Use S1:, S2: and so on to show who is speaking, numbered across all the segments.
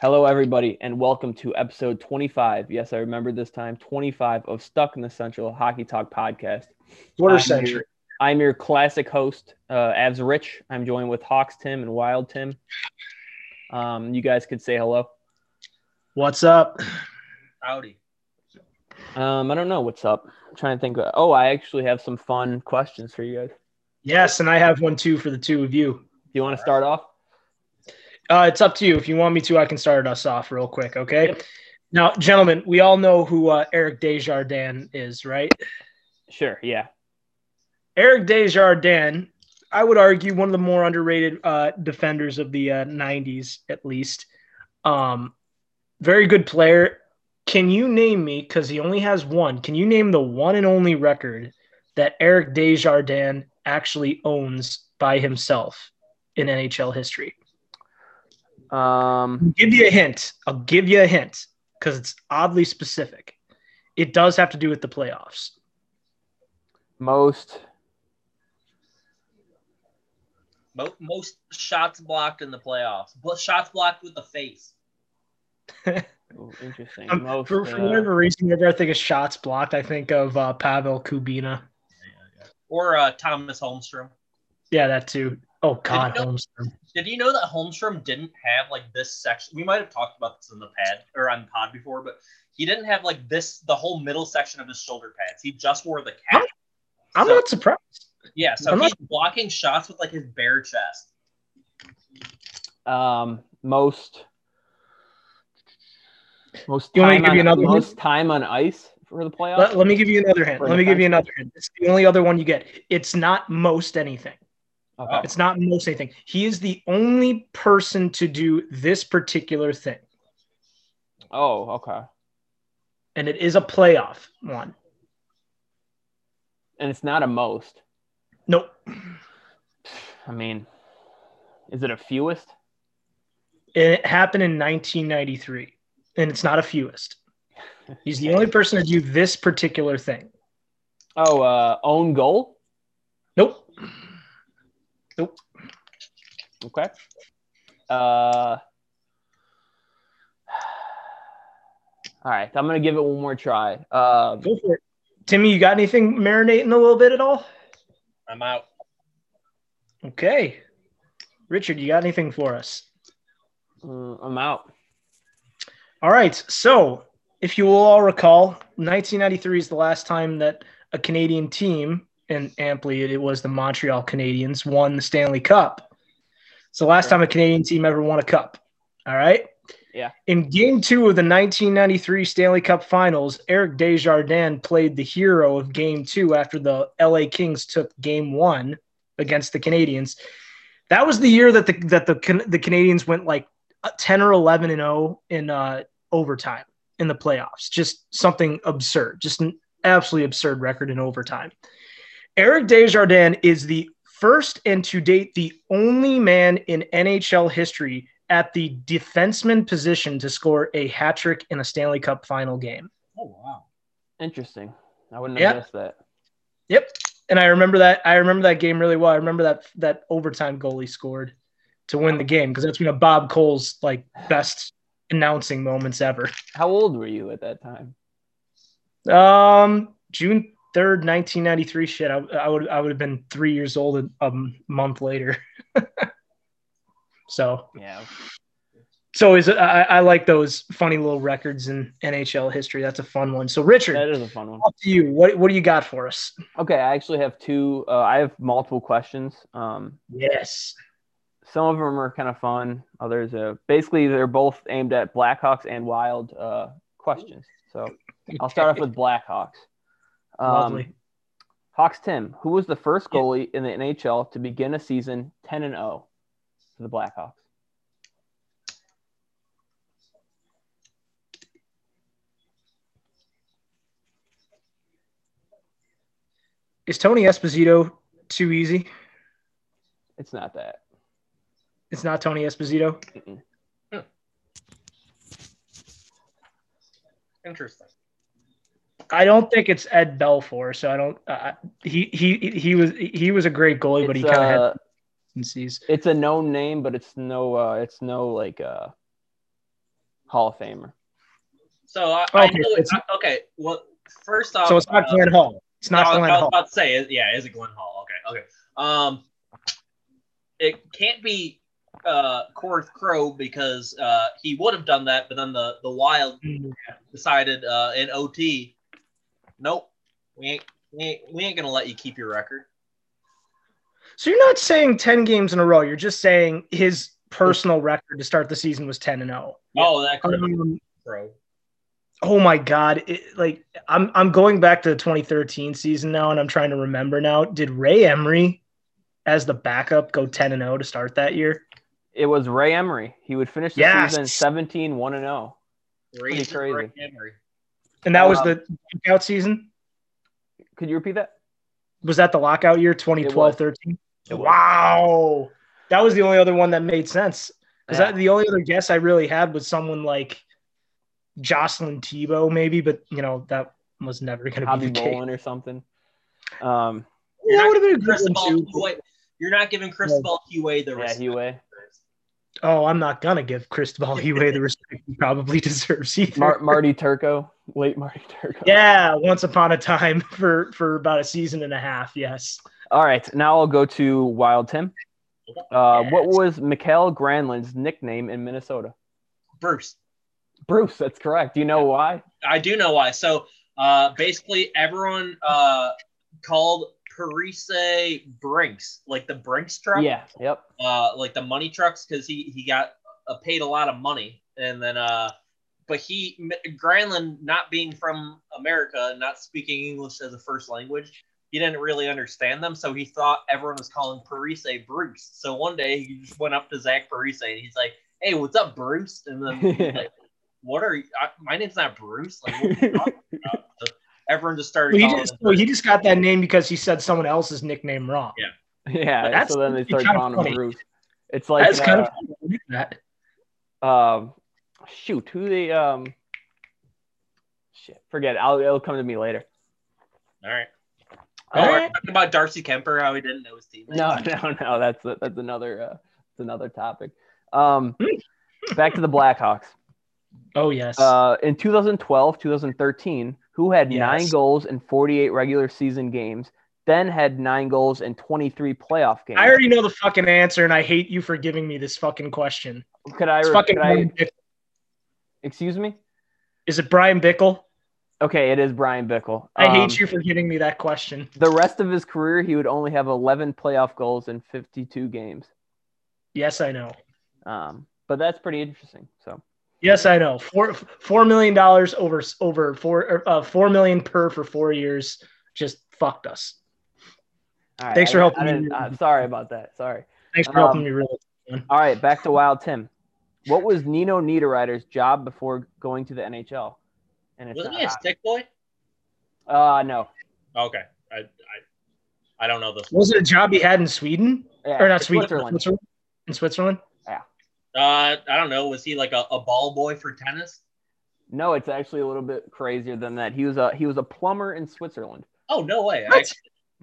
S1: Hello, everybody, and welcome to episode 25. Yes, I remember this time 25 of Stuck in the Central Hockey Talk podcast.
S2: Quarter
S1: I'm
S2: century.
S1: Your, I'm your classic host, uh, Abs Rich. I'm joined with Hawks Tim and Wild Tim. Um, you guys could say hello.
S2: What's up?
S3: Howdy.
S1: Um, I don't know what's up. I'm trying to think. Of, oh, I actually have some fun questions for you guys.
S2: Yes, and I have one too for the two of you.
S1: Do you want to start off?
S2: Uh, it's up to you. If you want me to, I can start us off real quick. Okay. Now, gentlemen, we all know who uh, Eric Desjardins is, right?
S1: Sure. Yeah.
S2: Eric Desjardins, I would argue, one of the more underrated uh, defenders of the uh, 90s, at least. Um, very good player. Can you name me, because he only has one, can you name the one and only record that Eric Desjardins actually owns by himself in NHL history?
S1: Um,
S2: give you a hint. I'll give you a hint because it's oddly specific. It does have to do with the playoffs.
S1: most.
S3: Mo- most shots blocked in the playoffs. But shots blocked with the face.
S1: Ooh, interesting.
S2: Um,
S1: most.
S2: for, for
S1: uh,
S2: whatever reason, whenever I think of shots blocked, I think of uh, Pavel Kubina.
S3: Or uh, Thomas Holmstrom.
S2: Yeah, that too. Oh God,
S3: you know-
S2: Holmstrom.
S3: Did you know that Holmstrom didn't have like this section? We might have talked about this in the pad or on pod before, but he didn't have like this the whole middle section of his shoulder pads. He just wore the cap.
S2: I'm
S3: So-
S2: not surprised.
S3: yeah, so
S2: I'm
S3: he's
S2: not-
S3: blocking shots with like his bare chest.
S1: um most most
S2: You want me
S1: time
S2: to give
S1: on,
S2: you another
S1: most time on ice for the playoffs.
S2: Let, let me give you another hint.
S1: For
S2: Let
S1: the
S2: me give you
S1: fact-
S2: another hint. It's the only other one you get. It's not most anything.
S1: okay.
S2: It's not most anything. He is the only person to do this particular thing,
S1: Oh, okay.
S2: and it is a playoff one.
S1: And it's not a most.
S2: Nope.
S1: I mean, is it a fewest?
S2: It happened in 1993, and it's not a fewest. He's the only person to do this particular thing.
S1: Oh, uh, own goal.
S2: Nope.
S1: Okay. Uh, all right. I'm gonna give it one more try. Um,
S2: Go for it. Timmy, you got anything marinating a little bit at all?
S3: I'm out.
S2: Okay. Richard, you got anything for us?
S1: mm, I'm out.
S2: All right. So, if you will all recall, 1993 is the last time that a Canadian team, and amply it was the Montreal Canadiens, won the Stanley Cup. It's the last time a Canadian team ever won a cup. All right.
S1: Yeah.
S2: In game two of the 1993 Stanley Cup Finals, Eric Desjardins played the hero of game two after the LA Kings took game one against the Canadians. That was the year that the that the Can- the Canadians went like 10 or 11 and 0 in uh, overtime in the playoffs. Just something absurd, just an absolutely absurd record in overtime. Eric Desjardins is the first and to date the only man in NHL history at the defenseman position to score a hat trick in a Stanley Cup final game.
S3: Oh wow.
S1: Interesting. I wouldn't have
S2: Yeah.
S1: guessed that.
S2: And I remember that I remember that game really well. I remember that that overtime goal he scored to win the game because that's one of Bob Cole's like best announcing moments ever.
S1: How old were you at that time?
S2: Um, June third, nineteen ninety three. Shit, I, I would I would have been three years old a, a month later. so
S1: Yeah.
S2: so is I, I like those funny little records in NHL history. That's a fun one. So Richard,
S1: That is a fun one.
S2: up to you. What what do you got for us?
S1: Okay, I actually have two. Uh, I have multiple questions. Um,
S2: Yes.
S1: some of them are kind of fun. Others are basically they're both aimed at Blackhawks and Wild uh, questions. So I'll start off with Blackhawks. Um,
S2: Lovely.
S1: Hawks Tim, who was the first goalie in the NHL to begin a season 10 and 0 for the Blackhawks?
S2: Is Tony Esposito too easy?
S1: It's not that.
S2: It's not Tony Esposito.
S1: Mm-mm.
S3: Interesting.
S2: I don't think it's Ed Belfour. So I don't. Uh, he he he was he was a great goalie, but he
S1: It's,
S2: kind of had
S1: uh,
S2: tendencies.
S1: it's a known name, but it's no uh, it's no like uh, Hall of Famer.
S3: So I, I
S2: Okay,
S3: know it-
S2: it's-
S3: I- okay. Well, first off,
S2: So it's not
S3: uh,
S2: Glenn Hall. It's
S3: no,
S2: not
S3: I, was-
S2: Glenn
S3: I was
S2: Hall.
S3: about to say, is- yeah, is it Glenn Hall? Okay, okay. Um, it can't be uh Corth Crow because uh he would have done that, but then the the Wild
S2: Mm,
S3: decided uh in OT, nope, we ain't we ain't, we ain't gonna let you keep your record.
S2: So you're not saying 10 games in a row. You're just saying his personal record to start the season was 10 and 0.
S3: Oh, that could have been
S2: Um,
S3: Crow.
S2: oh my god, it, like I'm I'm going back to the 2013 season now and I'm trying to remember now. Did Ray Emery as the backup go 10 and 0 to start that year?
S1: It was Ray Emery. He would finish the
S2: Yes.
S1: season 17 1 and oh. 0.
S3: Raised
S1: crazy.
S3: Ray Emery.
S2: And that was
S1: Um,
S2: the lockout season?
S1: Could you repeat that?
S2: Was that the lockout year
S1: It was.
S2: 2012-13? Wow. That was the only other one that made sense. Because
S1: Yeah.
S2: the only other guess I really had was someone like Jocelyn Tebow, maybe, but you know, that was never gonna
S1: Hobby
S2: be the case.
S1: Bowling or something. Um,
S3: You're
S2: That
S3: not
S2: would have been a good
S3: Cristobal
S2: one too.
S3: Huey- You're not giving Cristobal Huey the
S1: yeah,
S3: respect.
S1: Huey.
S2: Oh, I'm not gonna give Cristobal Huey the respect he probably deserves either.
S1: Mar- Marty Turco, late Marty Turco.
S2: yeah, once upon a time for for about a season and a half. Yes,
S1: All right, now I'll go to Wild Tim. Uh, What
S2: Yes.
S1: was Mikhail Granlund's nickname in Minnesota?
S3: Bruce.
S1: Bruce, that's correct. Do you know why?
S3: I do know why. So uh, basically, everyone uh, called Parise Brinks, like the Brinks truck,
S1: Yeah, yep.
S3: uh, like the money trucks, because he he got uh, paid a lot of money, and then uh, but he M- Granlund, not being from America, and not speaking English as a first language. He didn't really understand them, so he thought everyone was calling Parise Bruce. So one day he just went up to Zach Parise and he's like, "Hey, what's up, Bruce?" And then he's like, "What are you? I, my name's not Bruce. Like, what are you talking about?" So everyone just started.
S2: Well, he
S3: calling
S2: just
S3: him
S2: well, he
S3: Bruce.
S2: just got that name because he said someone else's nickname wrong.
S3: Yeah.
S1: Yeah,
S2: That's-
S1: so then they
S2: it's
S1: started
S2: kinda
S1: calling him
S2: funny.
S1: Bruce. It's like
S2: That's kind
S1: uh,
S2: of funny. I like that.
S1: um shoot who they um shit forget it. I'll, it'll come to me later
S3: All right. Oh,
S2: All
S1: Uh,
S3: we're
S2: right.
S3: talking about Darcy Kemper, how he didn't know his teammates.
S1: no no no that's that's another uh that's another topic um back to the blackhawks
S2: Oh yes,
S1: uh in 2012 2013 who had nine
S2: Yes.
S1: goals in 48 regular season games then had nine goals in 23 playoff games
S2: I already know the fucking answer, and I hate you for giving me this fucking question.
S1: could i,
S2: It's
S1: re-
S2: fucking
S1: could I
S2: Brian Bick-
S1: excuse me
S2: is it Brian Bickle?
S1: okay it is brian bickle
S2: I
S1: Um,
S2: hate you for giving me that question.
S1: the rest of his career he would only have 11 playoff goals in 52 games
S2: Yes, I know.
S1: Um, but that's pretty interesting. So
S2: Yes, I know. Four four million dollars over over four uh, four million per for four years just fucked us.
S1: all right,
S2: Thanks
S1: I-
S2: for helping
S1: I
S2: me.
S1: didn't- I'm sorry about that. Sorry.
S2: Thanks for
S1: Um,
S2: helping me really.
S1: All right, back to Wild Tim. What was Nino Niederreiter's job before going to the NHL? And it's
S3: Wasn't
S1: not,
S3: he a stick boy?
S1: uh no.
S3: Okay. I, I, I don't know this.
S2: Was it a job he had in Sweden
S1: Yeah,
S2: or not Sweden?
S1: Switzerland.
S2: Switzerland? In Switzerland?
S3: Uh, I don't know. Was he like a, a ball boy for tennis?
S1: No, it's actually a little bit crazier than that. He was a he was a plumber in Switzerland.
S3: Oh no way!
S2: What?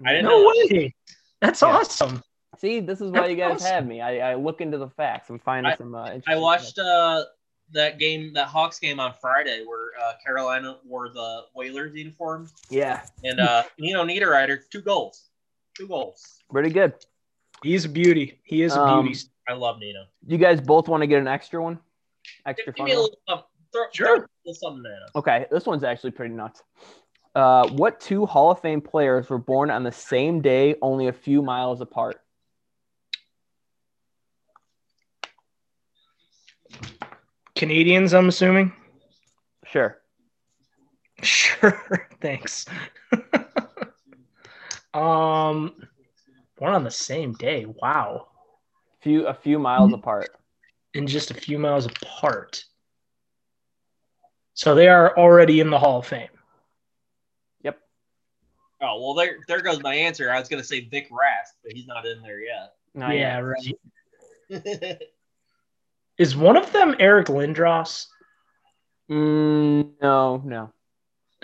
S3: I, I didn't
S2: No
S3: know.
S2: way. That's
S1: Yeah.
S2: awesome.
S1: See, this is why you guys
S2: That's awesome.
S1: have me. I, I look into the facts. I'm finding some. Uh,
S3: I
S1: interesting
S3: watched uh that game, that Hawks game on Friday, where uh, Carolina wore the Whalers uniform,
S1: stuff. Yeah,
S3: and
S2: Hmm.
S3: uh, Nino Niederreiter two goals, two goals.
S1: pretty good.
S2: He is a beauty. He is a
S1: Um,
S2: beauty.
S3: I love Nino.
S1: You guys both want to get an extra one?
S3: Give,
S1: Extra
S3: give
S1: fun.
S3: me a
S1: one?
S3: little, uh, throw,
S2: Sure.
S3: throw a little something at him.
S1: Okay, this one's actually pretty nuts. Uh, what two Hall of Fame players were born on the same day, only a few miles apart?
S2: Canadians, I'm assuming.
S1: Sure.
S2: Sure. Thanks. um one on the same day. Wow.
S1: Few a few
S2: Mm-hmm.
S1: miles apart.
S2: and just a few miles apart. So they are already in the Hall of Fame.
S3: Oh well, there there goes my answer. I was gonna say Vic Rask, but he's not in there
S1: Not
S2: yeah,
S1: yet.
S2: right.
S3: yet.
S2: Is one of them Eric Lindros?
S1: Mm, no, no.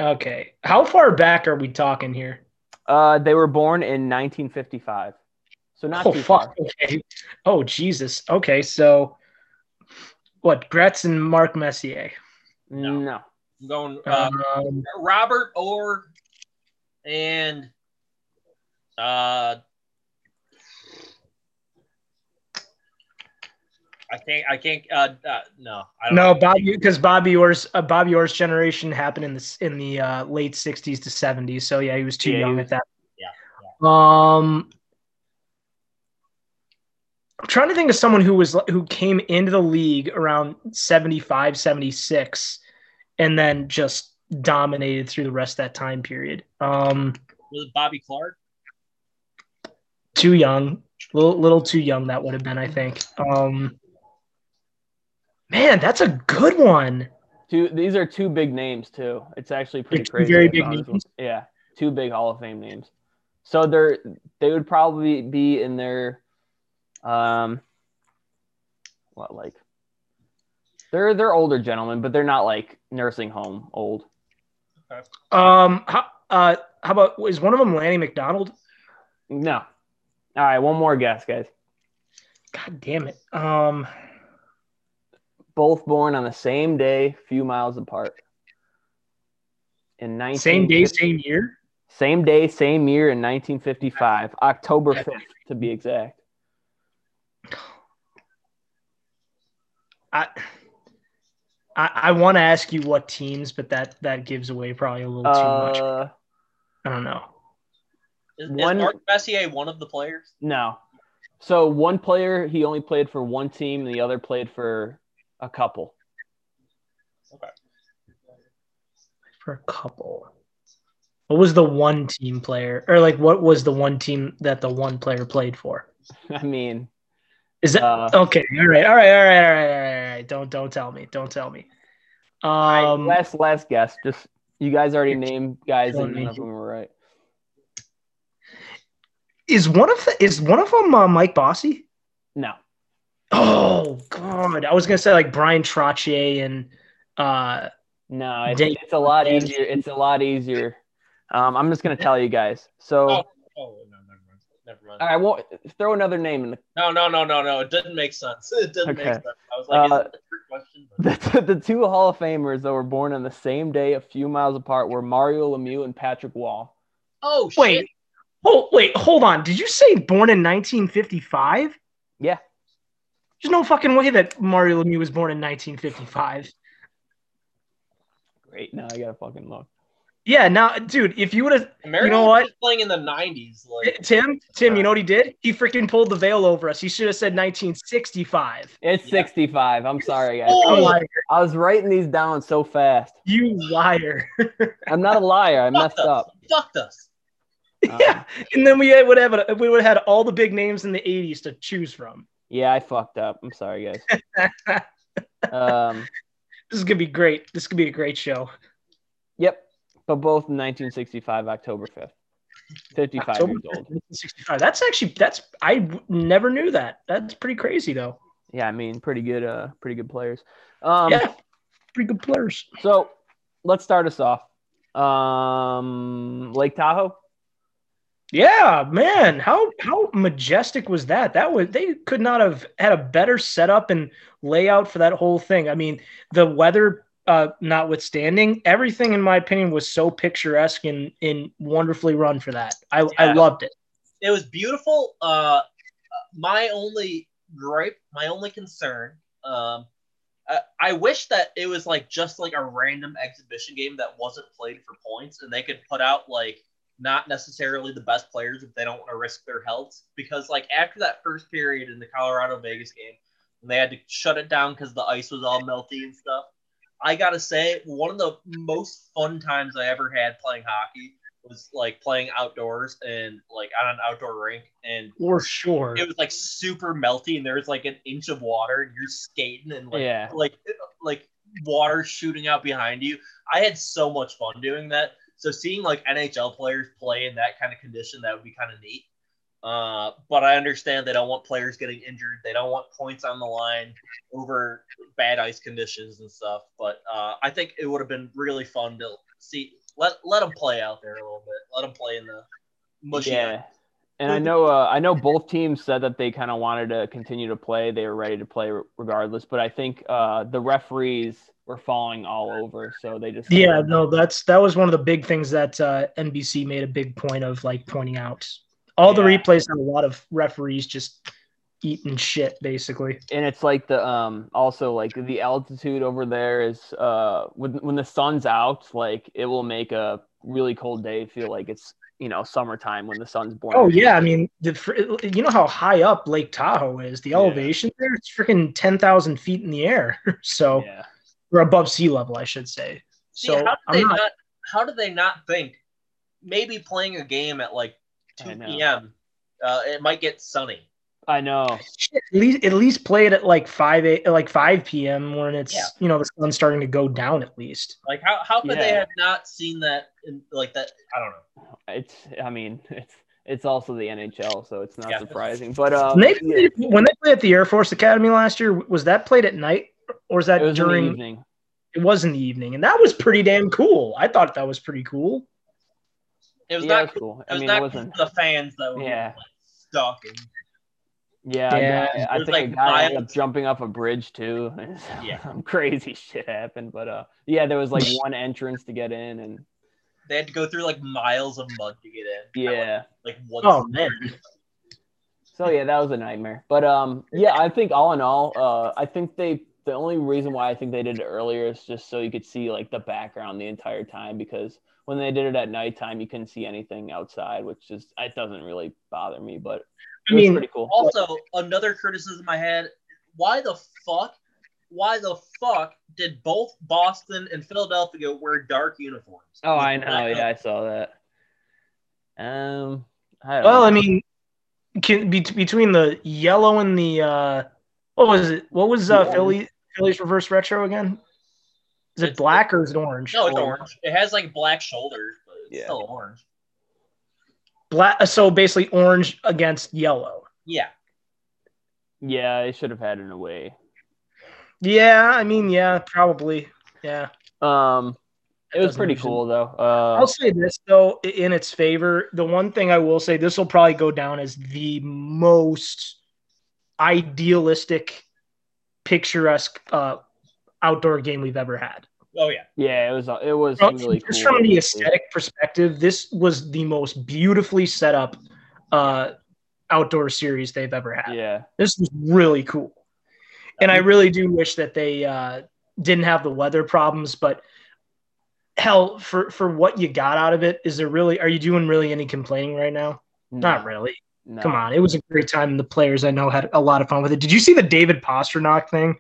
S2: Okay. How far back are we talking here?
S1: Uh, they were born in 1955, so not
S2: oh
S1: too far.
S2: fuck. Okay. Oh Jesus. Okay, so what Gretz and Mark Messier.
S3: No.
S1: No.
S3: I'm going uh,
S2: Um,
S3: Robert Orr and uh, I can't. I can't. Uh, uh, no, I don't
S2: no,
S3: know.
S2: Bob, because Bobby Orr's uh, Bobby Orr's generation happened in the s- in the uh, late '60s to '70s. So yeah, he was too
S1: Yeah, he
S2: young
S1: was-
S2: at that.
S3: yeah,
S2: Um, I'm trying to think of someone who was who came into the league around 75, 76, and then just dominated through the rest of that time period. Um,
S3: Was it Bobby Clark.
S2: too young, little little too young. That would have been, I think. Um, man, that's a good one.
S1: Two. These are two big names too. It's actually pretty
S2: They're
S1: crazy.
S2: two very
S1: I
S2: big
S1: found this
S2: names.
S1: one. Yeah, two big Hall of Fame names. So they're they would probably be in their, um, what like. They're they're older gentlemen, but they're not like nursing home old.
S2: Um, how, uh, how about is one of them Lanny McDonald?
S1: No. All right, one more guess, guys.
S2: God damn it. Um,
S1: Both born on the same day, few miles apart. In 19
S2: same day, same year.
S1: Same day, same year in 1955, October 5th to be exact.
S2: I I, I want to ask you what teams, but that that gives away probably a little too much.
S1: Uh,
S2: I don't know.
S3: Is,
S1: One-
S3: is Mark Messier one of the players?
S1: no. So one player he only played for one team, and the other played for a couple.
S2: For a couple. What was the one team player, or like what was the one team that the one player played for?
S1: I mean,
S2: Is that
S1: uh,
S2: okay? All right, all right, all right, all right, all right, all right. Don't don't tell me. Don't tell me. Um,
S1: last last guess. Just you guys already named guys,
S2: Don't
S1: and none
S2: need
S1: of them were right.
S2: is one of the, is one of them uh, Mike Bossy?
S1: No,
S2: Oh God, I was gonna say like Brian Trottier and uh
S1: no, it's,
S2: Dang.
S1: it's a lot
S2: Dang.
S1: easier. It's a lot easier. Um, I'm just gonna tell you guys. So,
S3: Oh,
S1: all
S3: Oh no, never mind. Never mind.
S1: right, well, throw another name in the
S3: No, no, no, no, no. It didn't make sense. It didn't make
S1: Okay.
S3: sense. I was like,
S1: Uh,
S3: is that a trick question? But-
S1: The, the two Hall of Famers that were born on the same day, a few miles apart, were Mario Lemieux and Patrick Wall.
S3: Oh shit.
S2: wait, oh wait, hold on. Did you say born in 1955?
S1: Yeah.
S2: There's no fucking way that Mario Lemieux was born in 1955.
S1: Great. Now I gotta fucking look.
S2: Yeah, now, dude, if you would have
S3: America
S2: know
S3: was
S2: what?
S3: just playing in the '90s. Like,
S2: Tim, Tim, you know what he did? He freaking pulled the veil over us. He should have said 1965.
S1: It's
S3: Yeah.
S1: 65. I'm sorry, guys. I
S2: You
S3: Oh.
S1: was,
S2: liar!
S1: I was writing these down so fast.
S2: You liar!
S1: I'm not a liar. I messed
S3: fucked us.
S1: up.
S3: Fucked us.
S1: Um,
S2: yeah, and then we would have a, we would have had all the big names in the 80s to choose from.
S1: Yeah, I fucked up. I'm sorry, guys. Um,
S2: This is gonna be great. This could be a great show.
S1: yep. But both in 1965, October 5th. 55
S2: October
S1: years old.
S2: 1965. That's actually that's I w- never knew that. That's pretty crazy though.
S1: Yeah, I mean, pretty good. Uh, pretty good players. Um,
S2: yeah, pretty good players.
S1: So let's start us off. Um, Lake Tahoe.
S2: Yeah, man, how how majestic was that? That was they could not have had a better setup and layout for that whole thing. I mean, the weather uh, notwithstanding, everything in my opinion was so picturesque and, and wonderfully run for that. I, I
S3: Yeah.
S2: loved it.
S3: It was beautiful. Uh, my only gripe, my only concern, um, I, I wish that it was like just like a random exhibition game that wasn't played for points, and they could put out like not necessarily the best players if they don't want to risk their health. Because like after that first period in the Colorado Vegas game, and they had to shut it down because the ice was all melty and stuff. I gotta say, one of the most fun times I ever had playing hockey was like playing outdoors and like on an outdoor rink and
S2: For sure.
S3: it was like super melty and there was like an inch of water and you're skating and like
S1: Yeah.
S3: like like water shooting out behind you. I had so much fun doing that. So seeing like NHL players play in that kind of condition, that would be kind of neat. Uh, but I understand they don't want players getting injured. They don't want points on the line over bad ice conditions and stuff. But uh, I think it would have been really fun to see. Let let them play out there a little bit. Let them play in the mushy.
S1: Yeah. and I know uh, I know both teams said that they kind of wanted to continue to play. They were ready to play re- regardless, but I think uh, the referees were falling all over, so they just
S2: Yeah, no, that's that was one of the big things that uh, NBC made a big point of, like pointing out. All the
S3: Yeah.
S2: replays had a lot of referees just eating shit, basically.
S1: and it's like the um also like the altitude over there is uh when when the sun's out, like it will make a really cold day feel like it's you know summertime when the sun's born.
S2: Oh yeah, I mean, the, fr- you know how high up Lake Tahoe is. The
S3: Yeah.
S2: elevation there, it's freaking ten thousand feet in the air. so
S1: yeah.
S2: or above sea level, I should say.
S3: See,
S2: So
S3: how did
S2: I'm
S3: they
S2: not-
S3: not, How did they not think maybe playing a game at like
S1: I
S3: two
S1: know.
S3: p.m. Uh, it might get sunny.
S1: I know.
S2: Shit, at least at least play it at like five a, like five p.m. when it's
S3: Yeah.
S2: you know the sun's starting to go down at least.
S3: Like how how could they
S1: Yeah.
S3: have not seen that? In, like that, I don't know.
S1: It's I mean it's it's also the NHL, so it's not
S3: Yeah.
S1: surprising. But uh,
S2: When they
S1: yeah,
S2: played, when they played at the Air Force Academy last year, was that played at night or was that
S1: it was in the
S2: during?
S1: evening.
S2: it was in the evening, and that was pretty damn cool. I thought that was pretty cool.
S3: It was
S1: yeah,
S3: not.
S1: it was cool.
S3: It
S1: I
S3: was
S1: mean,
S3: not
S1: it wasn't.
S3: the fans that were
S1: Yeah.
S3: like, stuck. And,
S1: Yeah, a
S2: Yeah.
S1: guy- I,
S3: There's,
S1: think a
S3: like,
S1: guy ended up
S3: miles.
S1: jumping off a bridge too.
S3: Yeah.
S1: some crazy shit happened. But uh, yeah, there was like one entrance to get in, and
S3: they had to go through like miles of mud to get in.
S1: yeah,
S3: Like once.
S2: Oh man,
S1: so yeah, that was a nightmare. But um, yeah, I think all in all, uh, I think they the only reason why I think they did it earlier is just so you could see like the background the entire time because when they did it at nighttime, you couldn't see anything outside, which is it doesn't really bother me, but
S2: I
S1: it was
S2: mean,
S1: pretty cool.
S3: Also, another criticism I had: Why the fuck? Why the fuck did both Boston and Philadelphia wear dark uniforms?
S1: Oh, I know. Yeah, I saw that. Um, I don't
S2: well,
S1: know.
S2: I mean, can, be, between the yellow and the uh, what was it? What was uh,
S1: The
S2: Philly Philly's reverse retro again? Is it
S3: It's-
S2: black or is it orange?
S3: No, it's orange. It has like black shoulders, but it's
S1: Yeah.
S3: still orange.
S2: Black. So basically, orange against yellow.
S3: Yeah,
S1: yeah, they should have had an away.
S2: Yeah, I mean, yeah, probably. Yeah,
S1: Um, it was
S2: doesn't
S1: pretty
S2: usually-
S1: cool though. Uh,
S2: I'll say this though, i- in its favor, the one thing I will say, this will probably go down as the most idealistic, picturesque uh, outdoor game we've ever had.
S3: oh yeah,
S1: yeah, it was it was
S2: From-
S1: really cool.
S2: just from the aesthetic perspective, this was the most beautifully set up uh, outdoor series they've ever had.
S1: Yeah,
S2: This was really cool, and I really do wish that they uh, didn't have the weather problems. But hell, for for what you got out of it, is there really? Are you doing really any complaining right now? Not really.
S1: No.
S2: Come on, it was a great time, and the players I know had a lot of fun with it. Did you see the David Pasternak thing?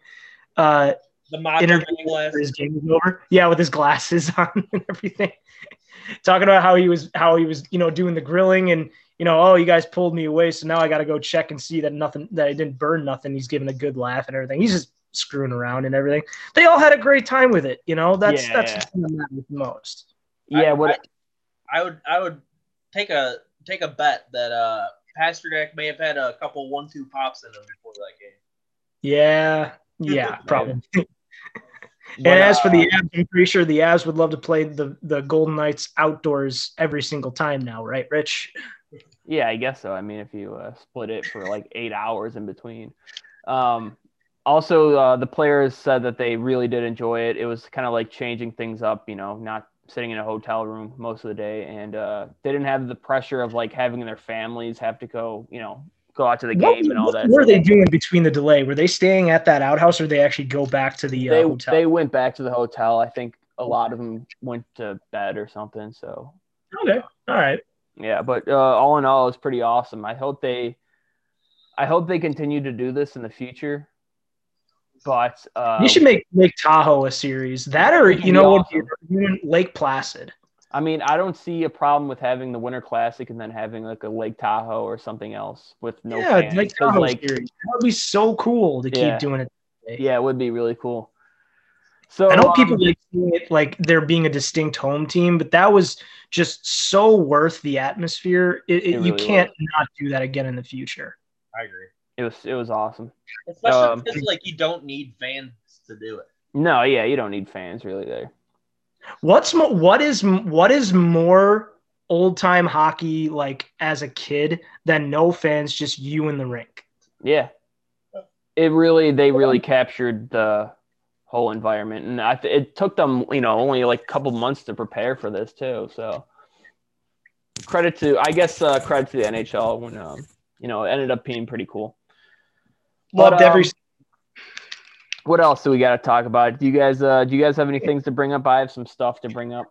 S2: Uh,
S3: the mock
S2: Interview
S3: glass.
S2: after his game was over. Yeah, with his glasses on and everything. Talking about how he was how he was, you know, doing the grilling and you know, oh, you guys pulled me away, so now I got to go check and see that nothing that I didn't burn nothing. He's giving a good laugh and everything. He's just screwing around and everything. They all had a great time with it, you know. That's
S1: Yeah.
S2: that's what matters the most.
S1: Yeah, what?
S3: I would I would take a take a bet that uh Pasternak may have had a couple one two pops in him before that game.
S2: Yeah. Yeah,
S1: Maybe.
S2: probably.
S1: but,
S2: and as for
S1: uh,
S2: the Avs, I'm pretty sure the Avs would love to play the the Golden Knights outdoors every single time now, right, Rich?
S1: yeah, I guess so. I mean, if you uh, split it for like eight hours in between. Um, also, uh, the players said that they really did enjoy it. It was kind of like changing things up, you know, not sitting in a hotel room most of the day, and uh, they didn't have the pressure of like having their families have to go, you know, go out to the
S2: what,
S1: game and all
S2: what
S1: that.
S2: were
S1: stuff.
S2: they doing between the delay? Were they staying at that outhouse, or they actually go back to the uh,
S1: they
S2: hotel?
S1: they went back to the hotel. I think a lot of them went to bed or something. So
S2: okay, all right.
S1: yeah, but uh, all in all, it's pretty awesome. I hope they, I hope they continue to do this in the future. But uh,
S2: you should make make Tahoe a series. That, or
S1: That'd
S2: you
S1: be
S2: know what?
S1: awesome.
S2: you- Lake Placid.
S1: I mean, I don't see a problem with having the Winter Classic and then having like a Lake Tahoe or something else with no
S2: yeah,
S1: fans.
S2: Lake
S1: 'cause,
S2: Tahoe
S1: like,
S2: series. That would be so cool to
S1: Yeah.
S2: keep doing it.
S1: yeah, it would be really cool. So
S2: I know
S1: um,
S2: people like seeing it like there being a distinct home team, but that was just so worth the atmosphere. It, it-
S1: It
S2: you
S1: really
S2: can't not do that again in the future.
S3: I agree.
S1: it was it was awesome.
S3: Especially
S1: Um,
S3: because like you don't need fans to do it.
S1: No, yeah, you don't need fans really there.
S2: What's more, what is what is more old time hockey like as a kid than no fans, just you in the rink.
S1: Yeah. It really, they really captured the whole environment. And I, th- it took them, you know, only like a couple months to prepare for this too. So credit to, I guess, uh, credit to the NHL when, um, you know, it ended up being pretty cool. But,
S2: Loved every
S1: um, What else do we got to talk about? Do you guys, uh, do you guys have any things to bring up? I have some stuff to bring up.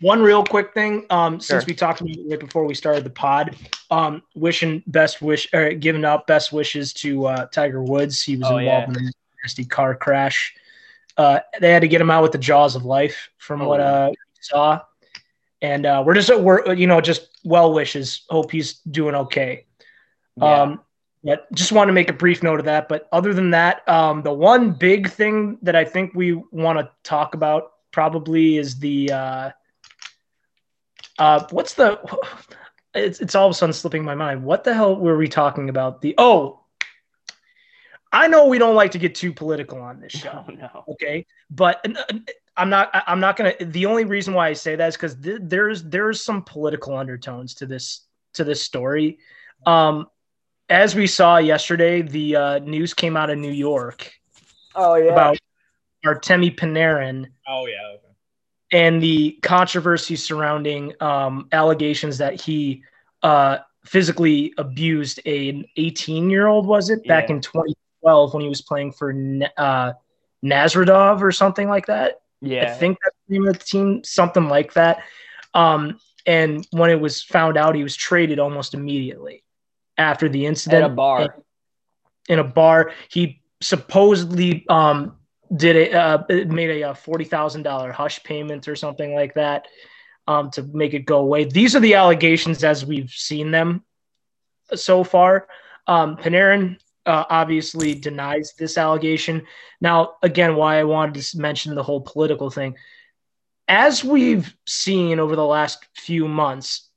S2: One real quick thing, um, since
S1: Sure.
S2: we talked about it right before we started the pod, um, wishing best wish or giving out best wishes to uh, Tiger Woods. He was
S1: Oh,
S2: involved in a nasty car crash. Uh, they had to get him out with the jaws of life, from
S1: Oh,
S2: what
S1: yeah.
S2: uh, we saw. And uh, we're just we're you know just well wishes. Hope he's doing okay.
S1: Yeah.
S2: Um, but just want to make a brief note of that. But other than that, um, the one big thing that I think we want to talk about probably is the uh, uh, what's the it's it's all of a sudden slipping my mind. What the hell were we talking about? The oh, I know we don't like to get too political on this show
S1: oh, no.
S2: okay but and, uh, i'm not I- i'm not gonna the only reason why i say that is because th- there's there's some political undertones to this to this story um as we saw yesterday the uh, news came out of new york
S1: Oh yeah.
S2: about artemi panarin
S3: Oh yeah. Okay.
S2: and the controversy surrounding um, allegations that he uh, physically abused an 18 year old, was it back
S1: Yeah.
S2: in 2012 when he was playing for Na- uh, Nazradov or something like that?
S1: yeah.
S2: I think that's the name of the team, something like that. Um, and when it was found out, he was traded almost immediately after the
S1: at
S2: incident
S1: a bar.
S2: in a bar. He supposedly um, did a uh, made a, uh forty thousand dollar hush payment or something like that um, to make it go away. These are the allegations as we've seen them so far. Um, Panarin uh, obviously denies this allegation. Now, again, why I wanted to s- mention the whole political thing. As we've seen over the last few months,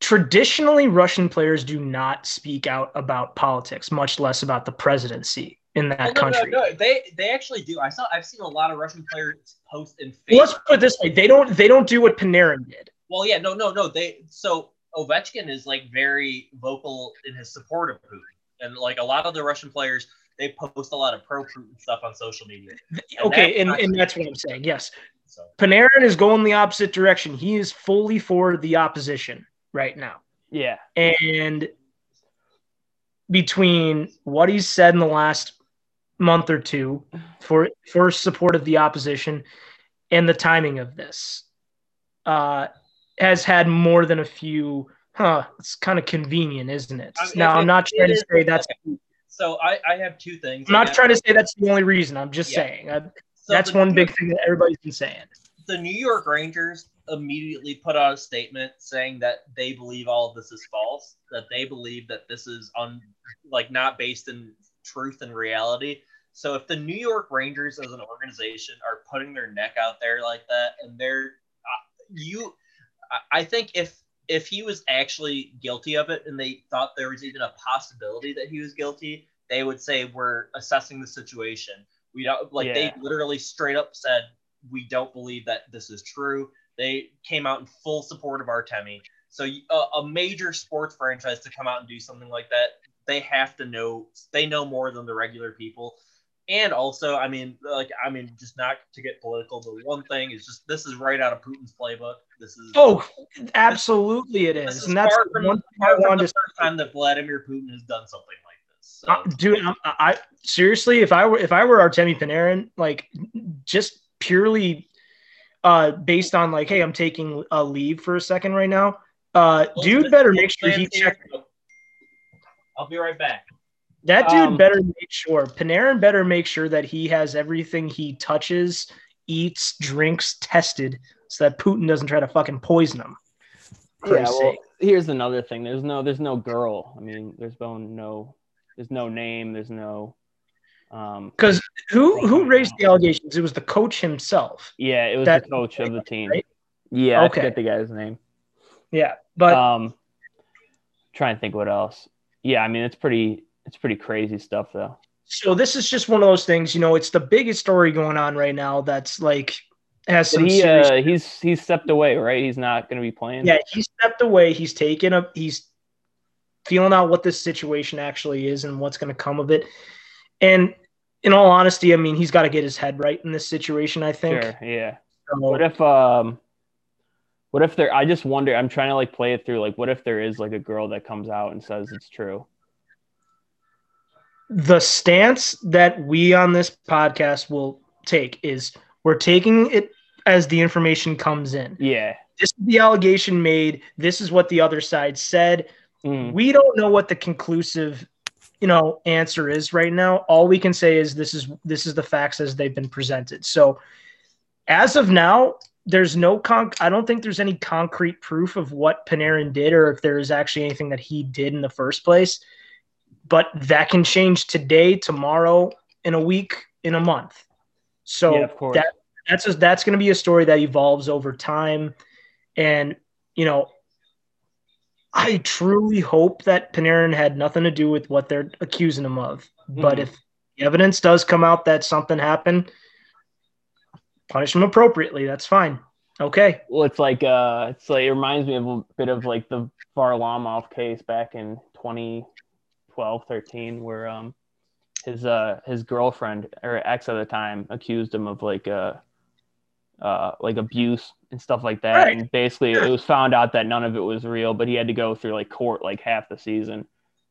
S2: traditionally Russian players do not speak out about politics, much less about the presidency in that
S3: Well, no, no,
S2: country.
S3: no, They they actually do. I saw. I've seen a lot of Russian players post in
S2: Well, let's
S3: Facebook.
S2: put it this way: they don't they don't do what Panarin did.
S3: Well, yeah. No, no, no. They so Ovechkin is like very vocal in his support of Putin, and like a lot of the Russian players, they post a lot of pro Putin stuff on social media. And
S2: Okay,
S3: that's
S2: and,
S3: not-
S2: and that's what I'm saying. Yes,
S3: So
S2: Panarin is going the opposite direction. He is fully for the opposition right now.
S1: Yeah.
S2: And between what he's said in the last month or two for for support of the opposition and the timing of this, uh, has had more than a few. Huh, it's kind of convenient, isn't it?
S3: I mean,
S2: now
S3: it-
S2: I'm not
S3: it
S2: trying to
S3: is-
S2: say that's.
S3: so I I have two things.
S2: I'm not
S3: I
S2: trying to say that's the only reason. I'm just
S3: Yeah.
S2: saying uh,
S3: So
S2: that's
S3: the-
S2: one big thing that everybody's been saying.
S3: the New York Rangers immediately put out a statement saying that they believe all of this is false, that they believe that this is un like not based in truth and reality. So if the New York Rangers as an organization are putting their neck out there like that, and they're uh, you, I- I think if if he was actually guilty of it, and they thought there was even a possibility that he was guilty, they would say we're assessing the situation. We don't like they
S1: Yeah.
S3: literally straight up said we don't believe that this is true. They came out in full support of Artemi. So you- a, a major sports franchise to come out and do something like that, they have to know they know more than the regular people. And also, I mean, like, I mean, just not to get political, but one thing is just this is right out of Putin's playbook. This is
S2: Oh, absolutely it
S3: this
S2: is, and that's
S3: far from,
S2: one thing I
S3: far from the
S2: wanted to.
S3: first time that Vladimir Putin has done something like this. So.
S2: Uh, dude, I, I seriously, if I were if I were Artemi Panarin, like just purely uh based on like, hey, I'm taking a leave for a second right now. Uh, dude, better make sure he checks.
S3: I'll be right back.
S2: That dude
S1: Um,
S2: better make sure Panarin better make sure that he has everything he touches, eats, drinks tested, so that Putin doesn't try to fucking poison him.
S1: Yeah.
S2: Christ's
S1: Well,
S2: sake.
S1: here's another thing. There's no. There's no girl. I mean, there's no. No. There's no name. There's no. Um.
S2: Because who who raised the allegations? It was the coach himself.
S1: Yeah. It was
S2: That-
S1: the coach of the team.
S2: right?
S1: Yeah. I
S2: Okay.
S1: forget the guy's name.
S2: Yeah, but
S1: um. Trying to think what else. Yeah. I mean, it's pretty. It's pretty crazy stuff though.
S2: so this is just one of those things. You know, it's the biggest story going on right now. That's like has
S1: Did
S2: some
S1: he
S2: serious.
S1: uh, he's he's stepped away, right? He's not going to be playing.
S2: yeah, he stepped away. He's taken up. He's feeling out what this situation actually is and what's going to come of it. And in all honesty, I mean, he's got to get his head right in this situation. I think.
S1: sure. Yeah.
S2: So-
S1: What if um, what if there? I just wonder. I'm trying to like play it through. Like, what if there is like a girl that comes out and says it's true?
S2: the stance that we on this podcast will take is we're taking it as the information comes in.
S1: Yeah.
S2: This is the allegation made. This is what the other side said.
S1: Mm.
S2: We don't know what the conclusive, you know, answer is right now. All we can say is this is this is the facts as they've been presented. So as of now, there's no con I don't think there's any concrete proof of what Panarin did or if there is actually anything that he did in the first place. But that can change today, tomorrow, in a week, in a month. So
S1: yeah, of course.
S2: that- that's a, that's going to be a story that evolves over time and you know i truly hope that panarin had nothing to do with what they're accusing him of but
S1: Mhm.
S2: if the evidence does come out that something happened punish him appropriately that's fine okay
S1: well, it's like uh, it's like it reminds me of a bit of like the Varlamov case back in 2012, 13, where um, his uh, his girlfriend or ex at the time accused him of like uh, uh, like abuse and stuff like that,
S2: Right.
S1: and basically it was found out that none of it was real, but he had to go through like court like half the season,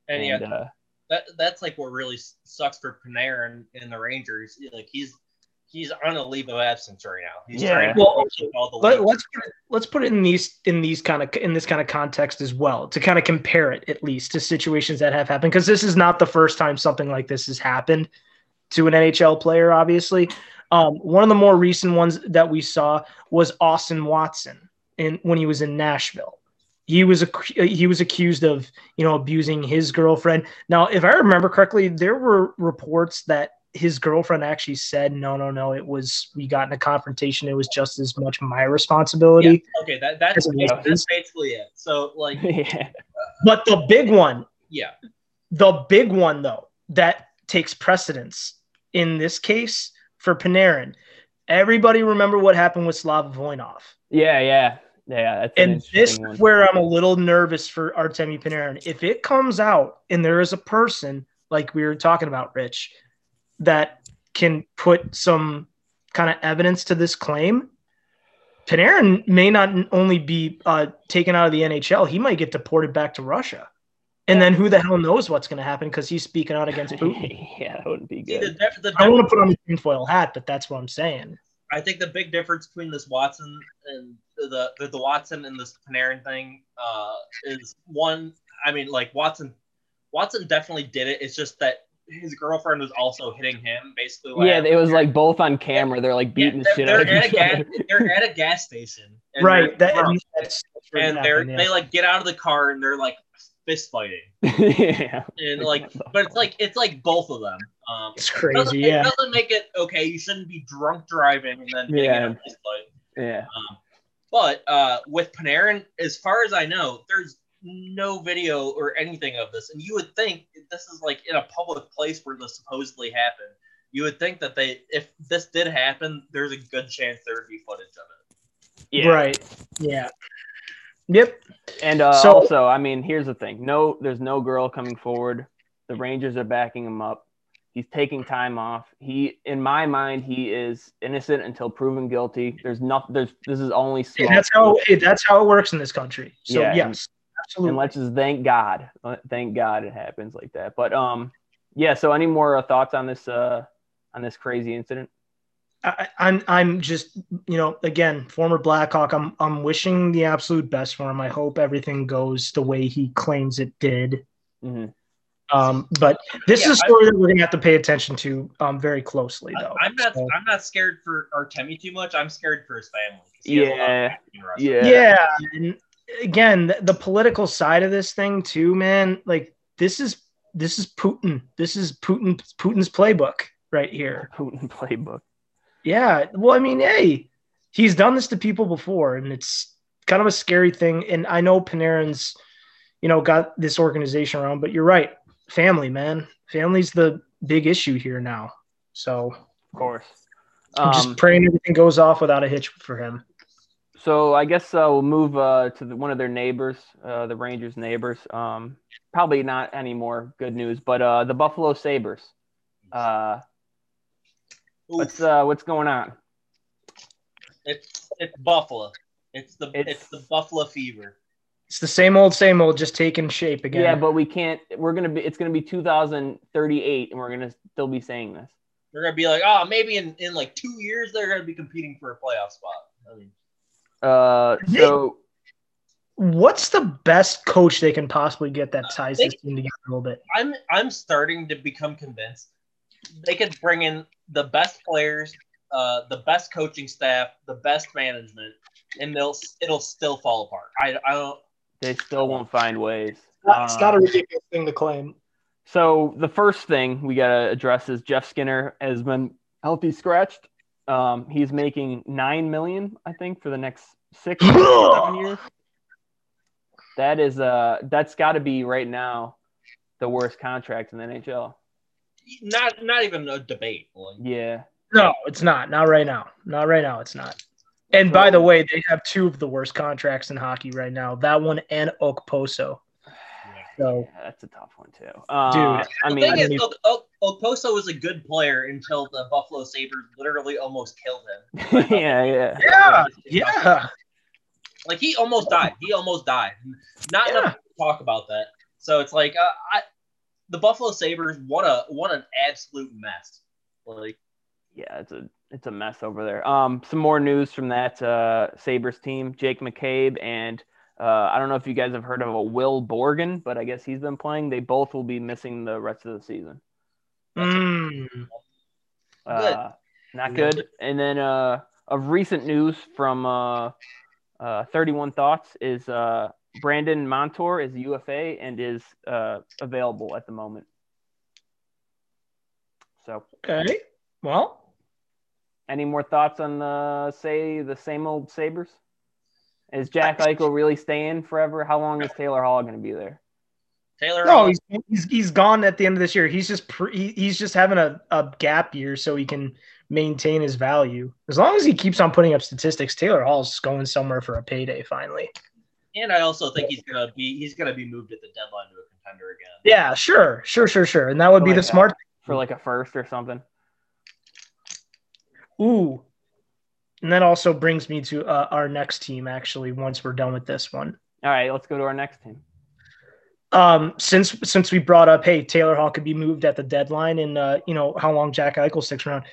S3: And yeah,
S1: and uh,
S3: that that's like what really s- sucks for Panarin and the Rangers. Like he's he's on a leave of absence right now. He's
S1: Yeah.
S3: trying to
S2: Well,
S3: catch up all the
S2: Let,
S3: leagues.
S2: let's put it, let's put it in these in these kind of in this kind of context as well to kind of compare it at least to situations that have happened because this is not the first time something like this has happened to an NHL player. Obviously, um, one of the more recent ones that we saw was Austin Watson in when he was in Nashville. He was ac- he was accused of you know abusing his girlfriend. Now, if I remember correctly, there were reports that his girlfriend actually said, "No, no, no, it was we got in a confrontation. It was just as much my responsibility."
S3: Yeah, okay, that that's,
S2: That's-
S3: that's basically it. So like
S1: yeah,
S2: But the big one,
S3: yeah,
S2: the big one though that takes precedence in this case for Panarin. Everybody remember what happened with Slava Voinov.
S1: yeah, yeah, yeah. That's an
S2: And this
S1: interesting
S2: is
S1: one.
S2: where I'm a little nervous for Artemi Panarin. If it comes out and there is a person like we were talking about, Rich, that can put some kind of evidence to this claim, Panarin may not only be uh, taken out of the NHL, he might get deported back to Russia. And then who the hell knows what's going to happen because he's speaking out against Putin.
S1: yeah, that wouldn't be
S3: See,
S1: good.
S3: the, def- the
S2: I
S3: def-
S2: want to put on a tinfoil hat, but that's what I'm saying.
S3: I think the big difference between this Watson and the the, the Watson and this Panarin thing uh, is one. I mean, like Watson, Watson definitely did it. It's just that his girlfriend was also hitting him, basically. what
S1: Yeah,
S3: happened.
S1: it was like both on camera. They're like beating the
S3: they're,
S1: shit
S3: they're
S1: out of
S3: at a
S1: each
S3: gas,
S1: other.
S3: They're at a gas station, and
S2: right.
S3: They're
S2: That,
S3: drunk,
S2: and that's, that's where it
S3: and they're
S2: happened, yeah.
S3: they like get out of the car and they're like fist fighting,
S1: yeah.
S3: and like, but it's like it's like both of them. Um,
S2: it's
S3: it doesn't-
S2: crazy.
S3: It
S2: Yeah.
S3: doesn't make it okay. You shouldn't be drunk driving and then getting in
S1: Yeah.
S3: a fist fight.
S1: Yeah.
S3: Um, but uh, with Panarin, as far as I know, there's no video or anything of this. And you would think this is like in a public place where this supposedly happened. You would think that they, if this did happen, there's a good chance there would be footage of it.
S1: Yeah.
S2: Right. Yeah. Yep.
S1: And uh,
S2: So-
S1: also, I mean, here's the thing. No, there's no girl coming forward. The Rangers are backing him up. He's taking time off. He, in my mind, he is innocent until proven guilty. There's nothing. There's this is only smoke.
S2: That's how it, that's how it works in this country. So
S1: Yeah, and-
S2: yes, absolutely.
S1: and let's just thank God. Uh, Thank God it happens like that. But um, yeah. So any more uh, thoughts on this uh on this crazy incident?
S2: I, I'm I'm just you know again former Blackhawk. I'm I'm wishing the absolute best for him. I hope everything goes the way he claims it did. Mm-hmm.
S1: hmm
S2: Um, but this is
S3: Yeah,
S2: a story that we're gonna have to pay attention to um very closely
S3: I-
S2: though.
S3: I'm not,
S2: So-
S3: I'm not scared for Artemi too much. I'm scared for his family. 'cause he has a lot of
S1: Yeah.
S3: family in Russia.
S1: Yeah.
S2: yeah. and again the, the political side of this thing too man like this is this is putin this is putin putin's playbook right here
S1: Putin playbook.
S2: yeah well i mean hey he's done this to people before and it's kind of a scary thing and i know panarin's you know got this organization around but you're right family man family's the big issue here now so
S1: Of course. Um,
S2: I'm just praying everything goes off without a hitch for him.
S1: so I guess uh, we'll move uh, to the, one of their neighbors, uh, the Rangers' neighbors. Um, probably not any more good news, but uh, the Buffalo Sabers. Uh, what's uh, what's going on?
S3: It's it's Buffalo. It's the it's,
S1: It's-
S3: the Buffalo fever.
S2: It's the same old, same old, just taking shape again.
S1: Yeah, but we can't. We're gonna be. It's gonna be 2038, and we're gonna still be saying this.
S3: They're gonna be like, oh, maybe in, in like two years they're gonna be competing for a playoff spot. I mean,
S1: Uh, so
S2: what's the best coach they can possibly get
S1: Uh,
S2: that ties
S3: they-
S2: this team together a little bit?
S3: I'm I'm starting to become convinced they could bring in the best players, uh, the best coaching staff, the best management, and they'll it'll still fall apart. I I don't.
S1: they still won't find ways. Um,
S2: ridiculous thing to claim.
S1: So the first thing we gotta address is Jeff Skinner has been healthy scratched. Um, he's making nine million, I think, for the next six seven years. That is uh that's got to be right now the worst contract in the NHL.
S3: Not not even a debate. Like,
S1: Yeah,
S2: No, it's not. Not right now. Not right now. It's not. And by the way, they have two of the worst contracts in hockey right now. That one and Okposo. So
S1: Yeah, that's a tough one too. Uh,
S2: Dude.
S1: I
S3: The
S1: mean,
S3: thing is, O- O- Oposo was a good player until the Buffalo Sabres literally almost killed him.
S1: yeah, yeah.
S2: yeah, yeah.
S3: Like he almost died. He almost died. Not
S2: Yeah.
S3: enough to talk about that. So it's like uh, I, the Buffalo Sabres, what a what an absolute mess. Like
S1: yeah, it's a it's a mess over there. Um, some more news from that uh, Sabres team: Jake McCabe and uh, I don't know if you guys have heard of a Will Borgen, but I guess he's been playing. They both will be missing the rest of the season.
S2: Mm.
S1: Uh, not good. And then uh, of recent news from uh, uh, Thirty One Thoughts is uh, Brandon Montour is a UFA and is uh, available at the moment. So,
S2: Okay. Well,
S1: Any more thoughts on the say the same old Sabers? Is Jack Eichel really staying forever? How long is Taylor Hall going to be there?
S3: Taylor,
S2: no,
S3: Hall-
S2: he's, he's, he's gone at the end of this year. He's just pre, he- he's just having a, a gap year so he can maintain his value. As long as he keeps on putting up statistics, Taylor Hall's going somewhere for a payday finally.
S3: and I also think he's gonna be he's gonna be moved at the deadline to a contender again.
S2: Yeah, sure, sure, sure, sure. And that would be
S1: Like
S2: the
S1: that.
S2: smart.
S1: for like a first or something?
S2: Ooh. And that also brings me to uh, our next team, actually, once we're done with this one.
S1: All right, let's go to our next team.
S2: Um, since since we brought up, hey, Taylor Hall could be moved at the deadline, and uh, you know how long Jack Eichel sticks around.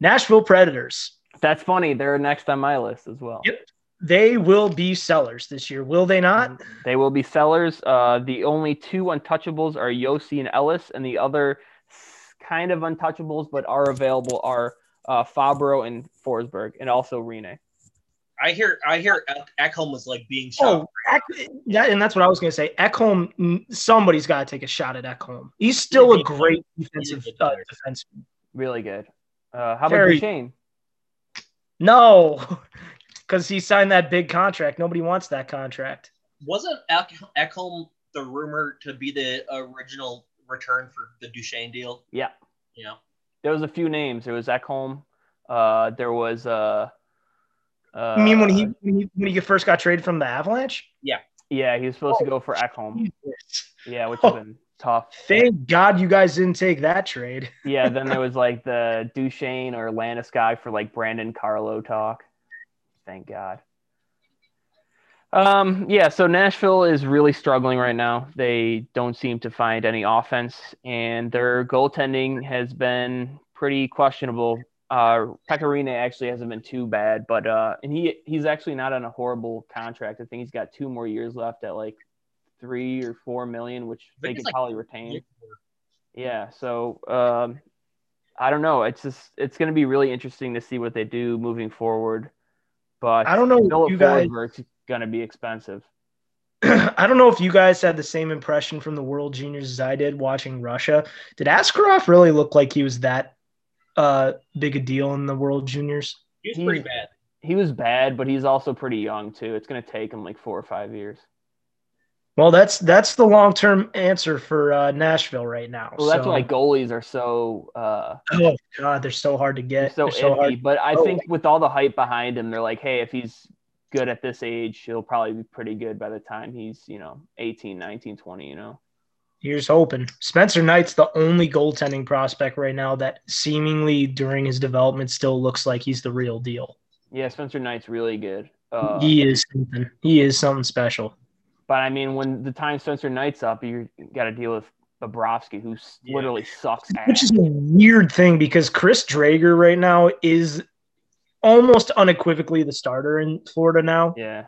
S2: Nashville Predators,
S1: That's funny. They're next on my list as well.
S2: Yep. they will be sellers this year, will they not?
S1: Um, They will be sellers. Uh, the only two untouchables are Yossi and Ellis, and the other s- kind of untouchables but are available are uh, Fabro and Forsberg, and also Rene.
S3: I hear I hear Ek- Ekholm was like being shot.
S2: Oh, Ek- yeah, and that's what I was going to say. Ekholm, mm, somebody's got to take a shot at Ekholm. He's still a great defensive uh, defenseman.
S1: Really good. Uh, how about
S2: Very-
S1: Duchesne?
S2: No, because he signed that big contract. Nobody wants that contract.
S3: Wasn't Ek- Ekholm the rumor to be the original return for the Duchesne deal?
S1: Yeah.
S3: You know,
S1: there was a few names. There was Ekholm. Uh, there was uh, uh,
S2: I mean, when he, when he when he first got traded from the Avalanche,
S1: yeah, he was supposed to go for Ekholm. Yeah, which has been tough.
S2: Oh. thank God you guys didn't take that trade.
S1: Yeah, then there was like the Duchesne or Landis guy for like Brandon Carlo talk. Thank God. Um, yeah, so Nashville is really struggling right now. They don't seem to find any offense, and their goaltending has been pretty questionable. Uh, Pecorino actually hasn't been too bad, but uh, and he he's actually not on a horrible contract. I think he's got two more years left at like three or four million, which
S3: I
S1: they
S3: think
S1: can
S3: it's like
S1: probably retain. Yeah, so um, I don't know. It's just it's going to be really interesting to see what they do moving forward. But
S2: I don't know if
S1: Philip
S2: you guys-
S1: Forsberg's going to be expensive.
S2: I don't know if you guys had the same impression from the World Juniors as I did watching Russia. Did Askarov really look like he was that uh, big a deal in the World Juniors?
S3: he was
S1: He-
S2: Hmm.
S3: pretty bad.
S1: He was bad, but he's also pretty young too. It's going to take him like four or five years.
S2: Well, that's that's the long term answer for uh, Nashville right now.
S1: Well, that's
S2: So-
S1: why goalies are so uh,
S2: oh god, they're so hard to
S1: they're
S2: get.
S1: so,
S2: They're so
S1: iffy.
S2: hard.
S1: But I
S2: Oh.
S1: think with all the hype behind him, they're like, hey, if he's good at this age, he'll probably be pretty good by the time he's you know 18, 19, 20. You know,
S2: Here's hoping. Spencer Knight's the only goaltending prospect right now that seemingly during his development still looks like he's the real deal.
S1: yeah, Spencer Knight's really good. Uh,
S2: he is something. He is something special.
S1: But I mean, when the time Spencer Knight's up, you got to deal with Bobrovsky, who s
S3: Yeah.
S1: literally sucks
S2: Which
S1: ass.
S2: is a weird thing because Chris Drager right now is almost unequivocally the starter in Florida now
S1: yeah,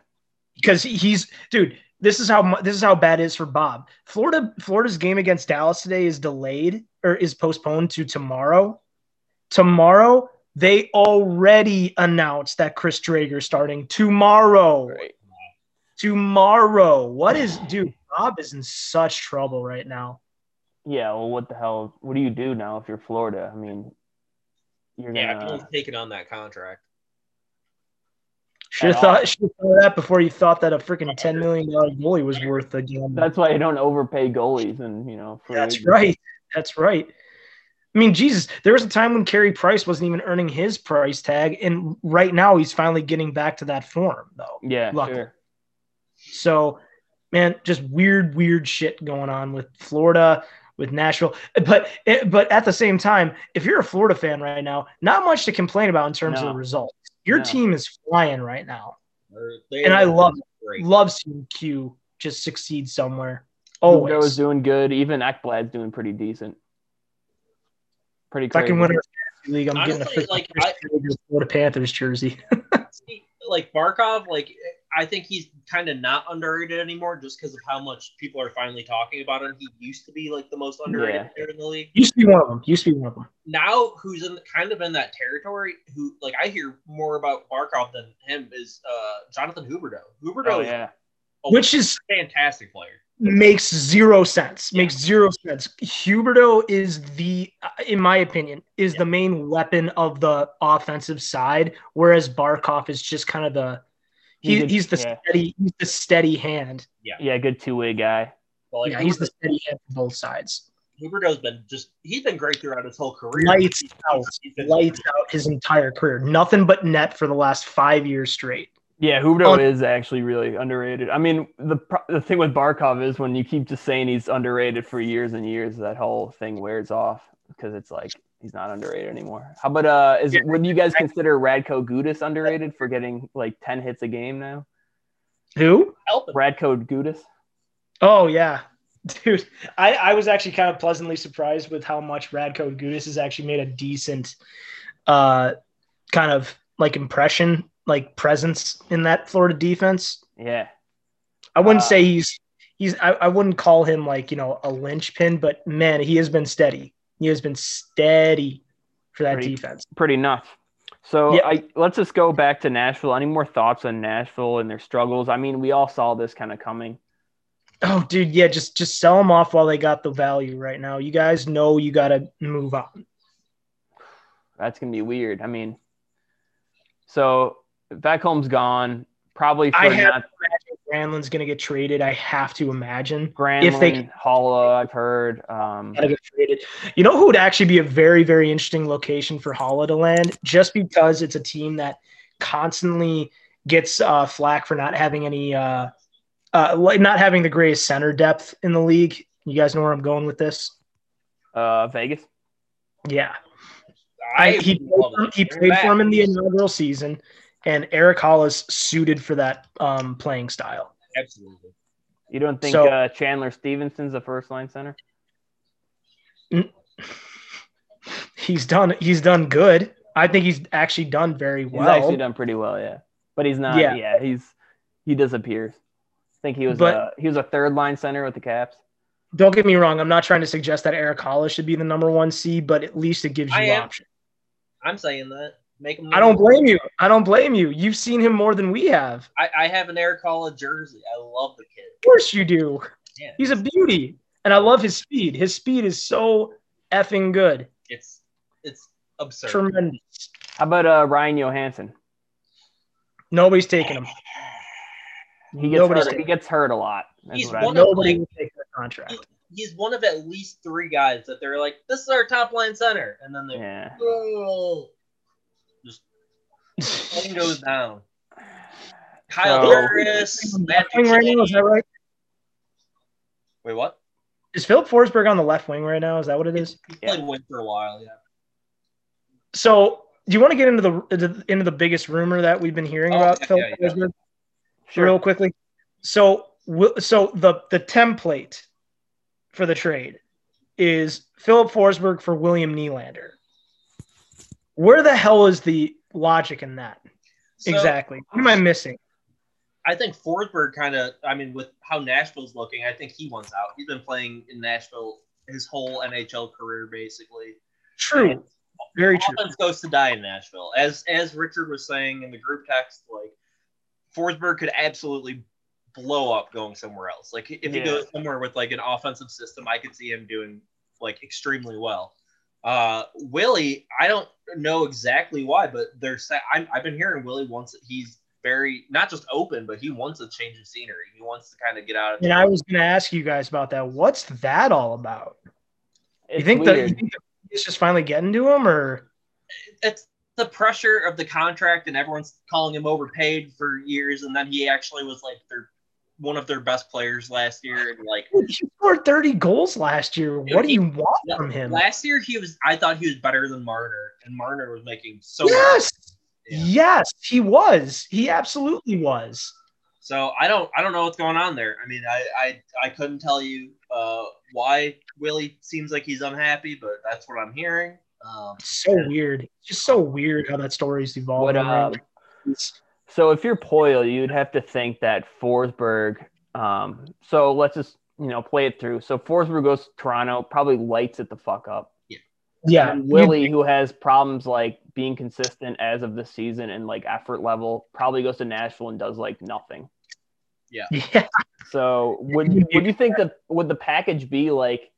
S2: because he's dude. This is how mu- this is how bad it is for Bob. Florida Florida's game against Dallas today is delayed or is postponed to tomorrow. Tomorrow they already announced that Chris Drager starting tomorrow.
S1: right.
S2: Tomorrow. What is dude? Bob is in such trouble right now.
S1: yeah. Well, what the hell? What do you do now if you're Florida? I mean, you're gonna.
S3: Yeah, everyone's taking on that contract.
S2: Should have
S1: all.
S2: thought, should have thought of that before you thought that a freaking ten million dollar goalie was worth the game.
S1: That's why you don't overpay goalies, and you know. free
S2: That's
S1: agents.
S2: right. That's right. I mean, Jesus, there was a time when Carey Price wasn't even earning his price tag, and right now he's finally getting back to that form, though.
S1: Yeah,
S2: Luck.
S1: sure.
S2: So, man, just weird, weird shit going on with Florida, with Nashville. But, eh, but at the same time, if you're a Florida fan right now, not much to complain about in terms
S1: No.
S2: of the results. Your
S1: No.
S2: team is flying right now.
S3: Or they-
S2: And I love
S3: Great.
S2: Love seeing Q just succeed somewhere.
S1: Always. was
S2: Always.
S1: doing good. Even Ekblad's doing pretty decent. Pretty
S2: If I
S1: crazy.
S2: can win our fantasy league, I'm
S3: Honestly,
S2: getting a
S3: like,
S2: freaking
S3: I-
S2: Florida Panthers jersey.
S3: See, like Barkov, like I think he's kind of not underrated anymore just because of how much people are finally talking about him. He used to be like the most underrated
S1: Yeah.
S3: player in the league.
S2: Used to be one of them. Used to be one of them.
S3: Now, who's in kind of in that territory? Who like I hear more about Barkov than him is uh, Jonathan Huberto. Huberto
S1: Oh
S3: is
S1: yeah,
S3: a
S2: Which is
S3: fantastic player.
S2: makes zero sense. Makes zero sense. Huberto is the, uh, in my opinion, is the main weapon of the offensive side, whereas Barkov is just kind of the.
S1: He's
S2: He,
S1: a-
S2: he's the
S1: yeah.
S2: steady. He's the steady hand.
S1: yeah. Good two way guy.
S3: But like
S2: yeah, he's the steady hand for both sides.
S3: Huberto's been just he's been great throughout his whole career.
S2: Lights
S3: He's-
S2: out.
S3: he's been-
S2: Lights out his entire career. Nothing but net for the last five years straight.
S1: Yeah, Huberto
S2: Oh.
S1: is actually really underrated. I mean, the pro- the thing with Barkov is when you keep just saying he's underrated for years and years, that whole thing wears off because it's like he's not underrated anymore. How about uh, is
S2: Yeah.
S1: would you guys consider Radko Gudis underrated for getting like ten hits a game now?
S2: Who?
S3: helping.
S1: Radko Gudis.
S2: Oh yeah, dude. I, I was actually kind of pleasantly surprised with how much Radko Gudis has actually made a decent, uh, kind of like impression, like presence in that Florida defense.
S1: Yeah,
S2: I wouldn't
S1: Uh,
S2: say he's he's. I, I wouldn't call him like you know a linchpin, but man, he has been steady. He has been steady for that
S1: Pretty-
S2: defense.
S1: pretty nuts. So
S2: Yeah.
S1: I, let's just go back to Nashville. Any more thoughts on Nashville and their struggles? I mean, we all saw this kind of coming.
S2: Oh, dude, yeah. Just just sell them off while they got the value right now. You guys know you got to move on.
S1: That's gonna be weird. I mean, so Backholm's gone. Probably for
S2: I have-
S1: not
S2: Granlund's gonna get traded. I have to imagine.
S1: Granlund,
S2: if they-
S1: Holla. I've heard. Um,
S2: gotta get traded. You know who would actually be a very, very interesting location for Hollow to land, just because it's a team that constantly gets uh, flack for not having any, uh, uh, like not having the greatest center depth in the league. You guys know where I'm going with this.
S1: uh, Vegas.
S2: Yeah,
S3: I
S2: I, he
S3: love
S2: played,
S3: it.
S2: for him, he
S3: They're
S2: played
S3: back.
S2: for him in the inaugural season, and Eric Hall is suited for that um, playing style.
S3: Absolutely.
S1: You don't think
S2: So-
S1: uh, Chandler Stevenson's the first line center?
S2: He's done. He's done good. I think he's actually done very
S1: He's
S2: well.
S1: actually done pretty well, yeah. But he's not. Yeah,
S2: Yeah.
S1: he's he disappears. I think he was
S2: But-
S1: uh, he was a third line center with the Caps.
S2: Don't get me wrong. I'm not trying to suggest that Eric Hollis should be the number one C, but at least it gives
S3: I
S2: you
S3: am.
S2: options.
S3: I'm saying that. Make him
S2: I don't blame you. I don't blame you. You've seen him more than we have.
S3: I, I have an Eric Hall jersey. I love the kid.
S2: Of course you do.
S3: Yeah,
S2: He's a beauty, and I love his speed. His speed is so effing good.
S3: it's it's absurd.
S2: Tremendous.
S1: How about uh, Ryan Johansson?
S2: Nobody's taking him.
S1: He gets
S2: Nobody's
S1: hurt, he
S2: taking-
S1: gets hurt a lot, That's
S3: He's
S1: what I-
S3: one of-
S2: Nobody will take the contract.
S3: He's one of at least three guys that they're like, this is our top line center, and then they
S1: yeah.
S3: oh, one goes down. Kyle
S1: So-
S3: Harris, Matt
S2: Left wing right now, is that right?
S3: Wait, what?
S2: Is Philip Forsberg on the left wing right now? Is that what it is?
S3: He
S1: Yeah.
S3: played wing for a while, yeah.
S2: So, do you want to get into the into- into the biggest rumor that we've been hearing
S3: Oh,
S2: about
S3: yeah,
S2: Philip
S3: yeah, yeah.
S2: Forsberg?
S1: Sure.
S2: real quickly. So, wi- so the the template for the trade is Philip Forsberg for William Nylander. Where the hell is the logic in that
S3: So,
S2: exactly? What am I missing?
S3: I think Forsberg kind of, I mean, with how Nashville's looking, I think he wants out. He's been playing in Nashville his whole NHL career, basically.
S2: True, very true.
S3: Offense goes to die in Nashville. As as Richard was saying in the group text, like Forsberg could absolutely blow up going somewhere else. Like if he
S1: Yeah.
S3: goes somewhere with like an offensive system, I could see him doing like extremely well. Uh, Willie, I don't know exactly why, but there's I'm, I've been hearing Willie wants he's very not just open, but he wants a change of scenery. He wants to kind of get out of.
S2: And I was going to ask you guys about that. What's that all about?
S1: It's
S2: you think that you
S1: weird.
S2: think it's just finally getting to him, or
S3: it's the pressure of the contract and everyone's calling him overpaid for years and then he actually was like their one of their best players last year and like
S2: Dude, he scored thirty goals last year?
S3: Dude,
S2: what do
S3: he-
S2: you want from him?
S3: last year he was I thought he was better than Marner and Marner was making so
S2: yes,
S3: Yeah.
S2: yes, he was. He absolutely was.
S3: so I don't I don't know what's going on there. I mean I I, I couldn't tell you uh, why Willie seems like he's unhappy, but that's what I'm hearing. Um,
S2: It's so weird. It's just so weird how that story's evolved.
S1: What, uh, So if you're Poyle, you'd have to think that Forsberg. Um, so let's just you know play it through. So Forsberg goes to Toronto, probably lights it the fuck up.
S2: yeah,
S1: And Willie, who has problems like being consistent as of this season and like effort level, probably goes to Nashville and does like nothing.
S2: Yeah,
S1: So would would you think that would the package be like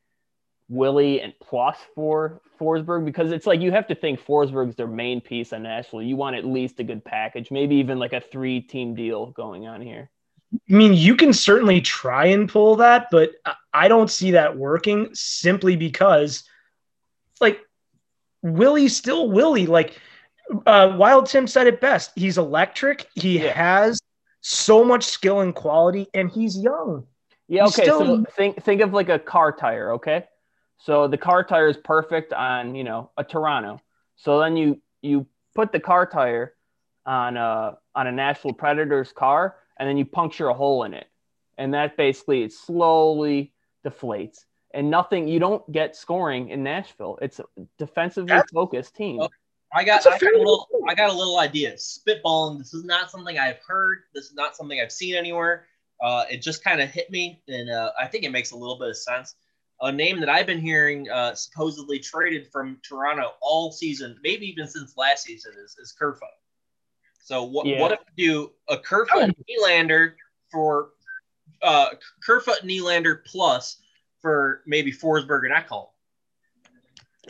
S1: Willie and plus for Forsberg? Because it's like you have to think Forsberg's their main piece on Nashville. You want at least a good package, maybe even like a three team deal going on here.
S2: I mean, you can certainly try and pull that, but I- I don't see that working simply because, like, Willie's still Willie. Like, uh, Wild Tim said it best. He's electric. He
S1: Yeah.
S2: has so much skill and quality, and he's young.
S1: Yeah,
S2: He's
S1: okay.
S2: still-
S1: So think think of like a car tire, okay? So the car tire is perfect on, you know, a Toronto. So then you you put the car tire on a on a Nashville Predators car and then you puncture a hole in it. And that basically it slowly deflates. And nothing you don't get scoring in Nashville. It's a defensively
S2: That's-
S1: focused team.
S3: Okay. I got,
S2: That's a
S3: I, got
S2: fair-
S3: a little, I got a little idea. Spitballing. This is not something I've heard. This is not something I've seen anywhere. Uh, it just kind of hit me, and uh, I think it makes a little bit of sense. A name that I've been hearing uh, supposedly traded from Toronto all season, maybe even since last season, is, is Kerfoot. So what,
S1: Yeah.
S3: what if we do a Kerfoot and Nylander for uh, Kerfoot and Nylander plus for maybe Forsberg and Ekholm?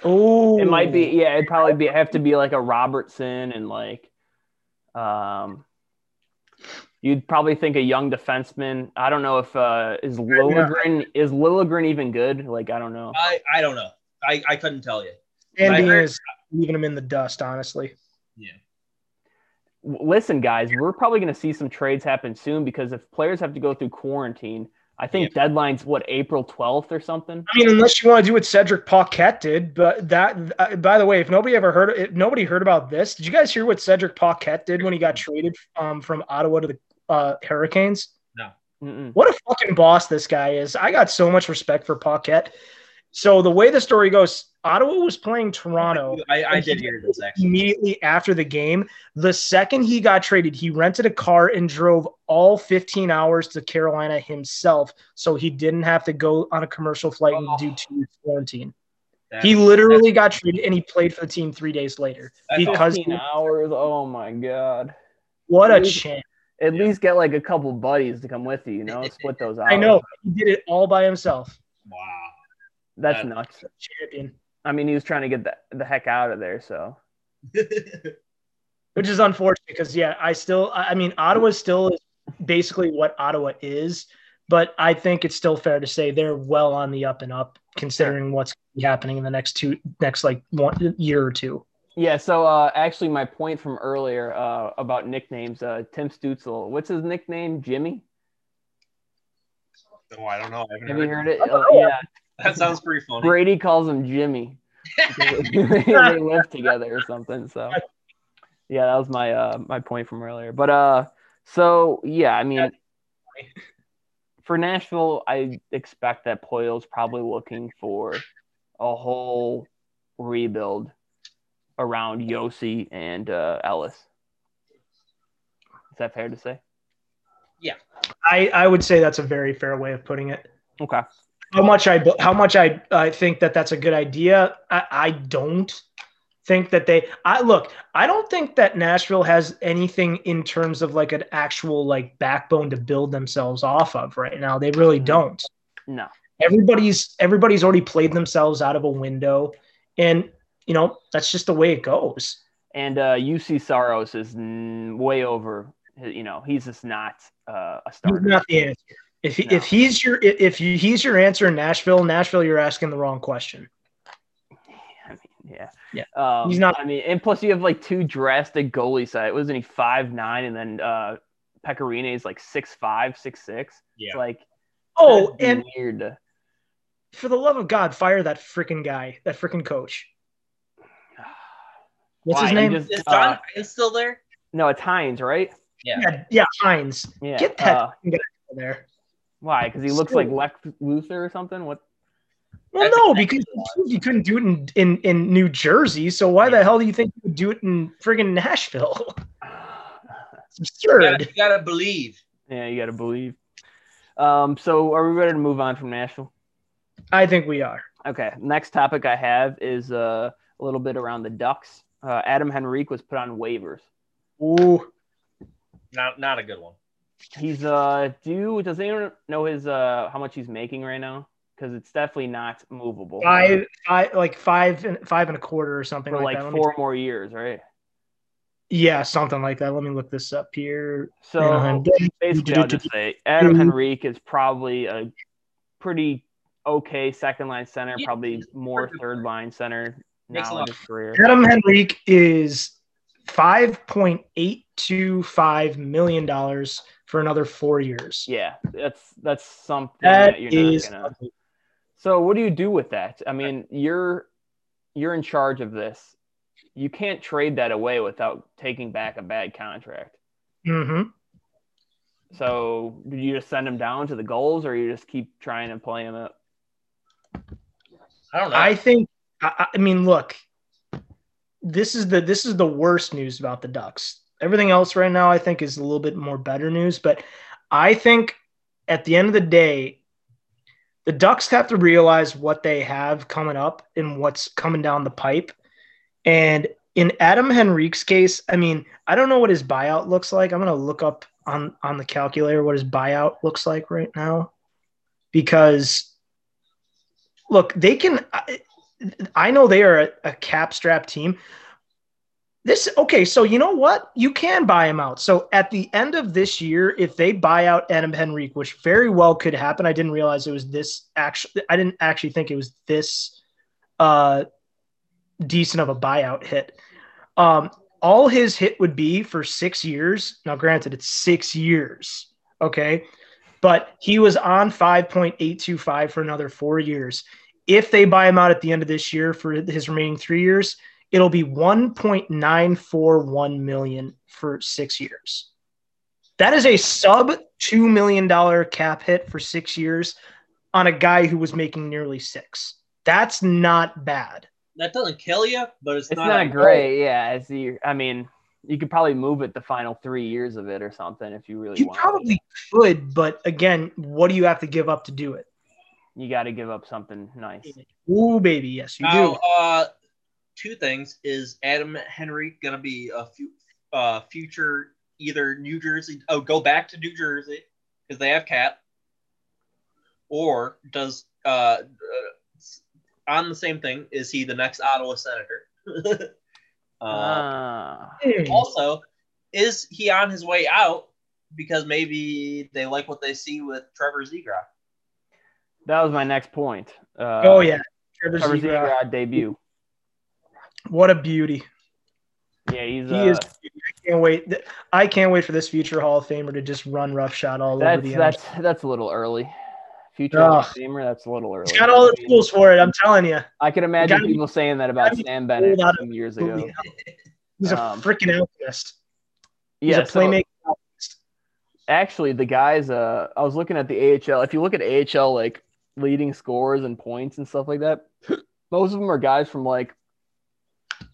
S2: Oh,
S1: It might be yeah, it'd probably be have to be like a Robertson and like um you'd probably think a young defenseman. I don't know if uh is Lilligren is Lilligren even good? Like I don't know.
S3: I, I don't know. I, I couldn't tell you.
S2: Andy
S3: I heard-
S2: is leaving him in the dust. Honestly,
S1: W- Listen guys, we're probably going to see some trades happen soon because if players have to go through quarantine, I think deadline's what April 12th or something.
S2: I mean, unless you want to do what Cedric Paquette did, but that. Uh, by the way, if nobody ever heard, if nobody heard about this, did you guys hear what Cedric Paquette did when he got traded um, from Ottawa to the uh, Hurricanes?
S1: Mm-mm.
S2: What a fucking boss this guy is! I got so much respect for Paquette. So the way the story goes, Ottawa was playing Toronto
S3: I, I did hear this actually.
S2: immediately after the game. The second he got traded, he rented a car and drove all 15 hours to Carolina himself, so he didn't have to go on a commercial flight
S1: Oh.
S2: and do two weeks quarantine.
S3: That-
S2: He literally got traded and he played for the team three days later.
S3: that's
S2: because-
S3: awesome.
S1: 15 hours. Oh my god.
S2: What a
S1: Dude.
S2: chance!
S1: At
S3: Yeah.
S1: least get like a couple buddies to come with you, you know, split those out.
S2: I know he did it all by himself.
S3: wow.
S1: That's
S3: That-
S1: nuts.
S2: Champion,
S1: I mean, he was trying to get the, the heck out of there. So
S2: which is unfortunate because yeah, I still, I I mean, Ottawa still is basically what Ottawa is. But I think it's still fair to say they're well on the up and up, considering what's happening in the next two, next like one year or two.
S1: Yeah, so uh, actually, my point from earlier uh, about nicknames, uh, Tim Stutzel, what's his nickname? Jimmy?
S3: No, Oh, I don't know. I
S1: Have
S3: haven't heard
S1: you heard
S3: it.
S1: it?
S2: I don't
S1: Uh,
S2: know.
S1: yeah,
S3: That sounds pretty funny.
S1: Brady calls him Jimmy. they live together or something. So, yeah, that was my uh, my point from earlier. But uh, so yeah, I mean, for Nashville, I expect that Poyle's probably looking for a whole rebuild around Yossi and uh, Ellis. Is that fair to say?
S2: I, I would say that's a very fair way of putting it.
S1: Okay.
S2: How much I how much I I think that that's a good idea. I, I don't think that they. I look. I don't think that Nashville has anything in terms of like an actual like backbone to build themselves off of right now. They really don't.
S1: No.
S2: Everybody's everybody's already played themselves out of a window, and you know that's just the way it goes.
S1: And uh, UC Saros is n- way over. You know, he's just not uh, a
S2: He's
S1: starter.
S2: not the answer. If, he,
S1: No.
S2: if he's your if you, he's your answer in Nashville, Nashville, you're asking the wrong question.
S1: I mean, yeah.
S2: Yeah.
S1: Um,
S2: He's not-
S1: I mean, and plus you have like two drastic goalie side. Wasn't he five nine? And then uh, Pecorine is like six five, six six. It's
S3: Yeah.
S1: like
S2: Oh,
S1: that'd be
S2: and
S1: weird. to-
S2: for the love of God, fire that freaking guy, that freaking coach. What's
S1: Why?
S2: his
S1: He
S2: name?
S1: just-
S3: Is Don
S1: uh,
S3: Hines still there?
S1: no, it's Hines, right?
S2: yeah, yeah, Hines.
S1: Yeah.
S2: Get that
S1: Uh,
S2: there.
S1: why? Because he looks
S2: Still-
S1: like Lex Luthor or something. What?
S2: Well,
S3: That's
S2: no,
S3: exactly
S2: because you couldn't do it in, in, in New Jersey. So why the
S1: Yeah.
S2: hell do you think you would do it in friggin' Nashville? It's absurd.
S3: You gotta believe.
S1: yeah, you got to believe. Um, so are we ready to move on from Nashville?
S2: I think we are.
S1: Okay. Next topic I have is uh, a little bit around the Ducks. Uh, Adam Henrique was put on waivers.
S2: Ooh,
S3: Not not a good one.
S1: He's uh due. Does anyone know his uh how much he's making right now? Because it's definitely not movable
S2: five, five, like five and five and a quarter or something
S1: for
S2: like,
S1: like
S2: that. Let me-
S1: four more years, right?
S2: yeah, something like that. Let me look this up here.
S1: So
S2: Anaheim.
S1: basically, I'll just say Adam Henrique is probably a pretty okay second line center,
S3: Yeah.
S1: probably more third line center
S3: Makes
S1: now
S3: a
S1: in
S3: lot-
S1: his career.
S2: Adam Henrique is five point eight two five million dollars for another four years.
S1: Yeah, that's that's something that,
S2: That
S1: you're
S2: is
S1: not gonna. So what do you do with that? I mean, you're you're in charge of this. You can't trade that away without taking back a bad contract.
S2: Mhm.
S1: So do you just send him down to the goals, or you just keep trying to play him up?
S3: I don't know.
S2: I think. I, I mean, look, this is the this is the worst news about the Ducks. Everything else right now, I think, is a little bit more better news. But I think at the end of the day, the Ducks have to realize what they have coming up and what's coming down the pipe. And in Adam Henrique's case, I mean, I don't know what his buyout looks like. I'm gonna look up on on the calculator what his buyout looks like right now, because look, they can. I, I know they are a, a cap strap team. This okay, so you know what? You can buy him out. So at the end of this year, if they buy out Adam Henrique, which very well could happen, I didn't realize it was this actually. I didn't actually think it was this uh, decent of a buyout hit. Um, all his hit would be for six years. Now, granted, it's six years, okay, but he was on five point eight two five for another four years. If they buy him out at the end of this year for his remaining three years, it'll be 1.941 million for six years. That is a sub $2 million cap hit for six years on a guy who was making nearly six. That's not bad.
S3: that doesn't kill you, but it's,
S1: It's not, great. Yeah, it's the, I mean, you could probably move it the final three years of it or something if you really
S2: You
S1: want.
S2: probably could, but again, what do you have to give up to do it?
S1: You got to give up something nice.
S2: Ooh, baby, yes, you
S3: Now,
S2: do.
S3: uh, two things: is Adam Henry gonna be a few, uh, future either New Jersey? Oh, go back to New Jersey because they have cap. Or does uh, uh, on the same thing? Is he the next Ottawa Senator? uh,
S1: Ah.
S2: Hmm.
S3: also, is he on his way out? because maybe they like what they see with Trevor Zegras.
S1: That was my next point. Uh,
S2: oh yeah, Trevor,
S1: Trevor
S2: Zegras.
S1: Zegras debut.
S2: What a beauty.
S1: Yeah, he's
S2: He
S1: uh,
S2: is. I can't wait. Th- I can't wait for this future Hall of Famer to just run roughshod all over
S1: that's
S2: the
S1: that's
S2: NHL.
S1: that's a little early. Future
S2: Ugh.
S1: Hall of Famer, that's a little early.
S2: He's got all the tools for it. I'm telling you,
S1: I can imagine
S2: gotta be-
S1: people saying that about
S2: gotta be
S1: Sam Bennett
S2: out of
S1: some years ago.
S2: he's a
S1: Um,
S2: freaking alchemist. He's
S1: Yeah,
S2: a
S1: so-
S2: playmaker.
S1: actually the guys uh I was looking at the AHL. If you look at AHL like leading scores and points and stuff like that, most of them are guys from like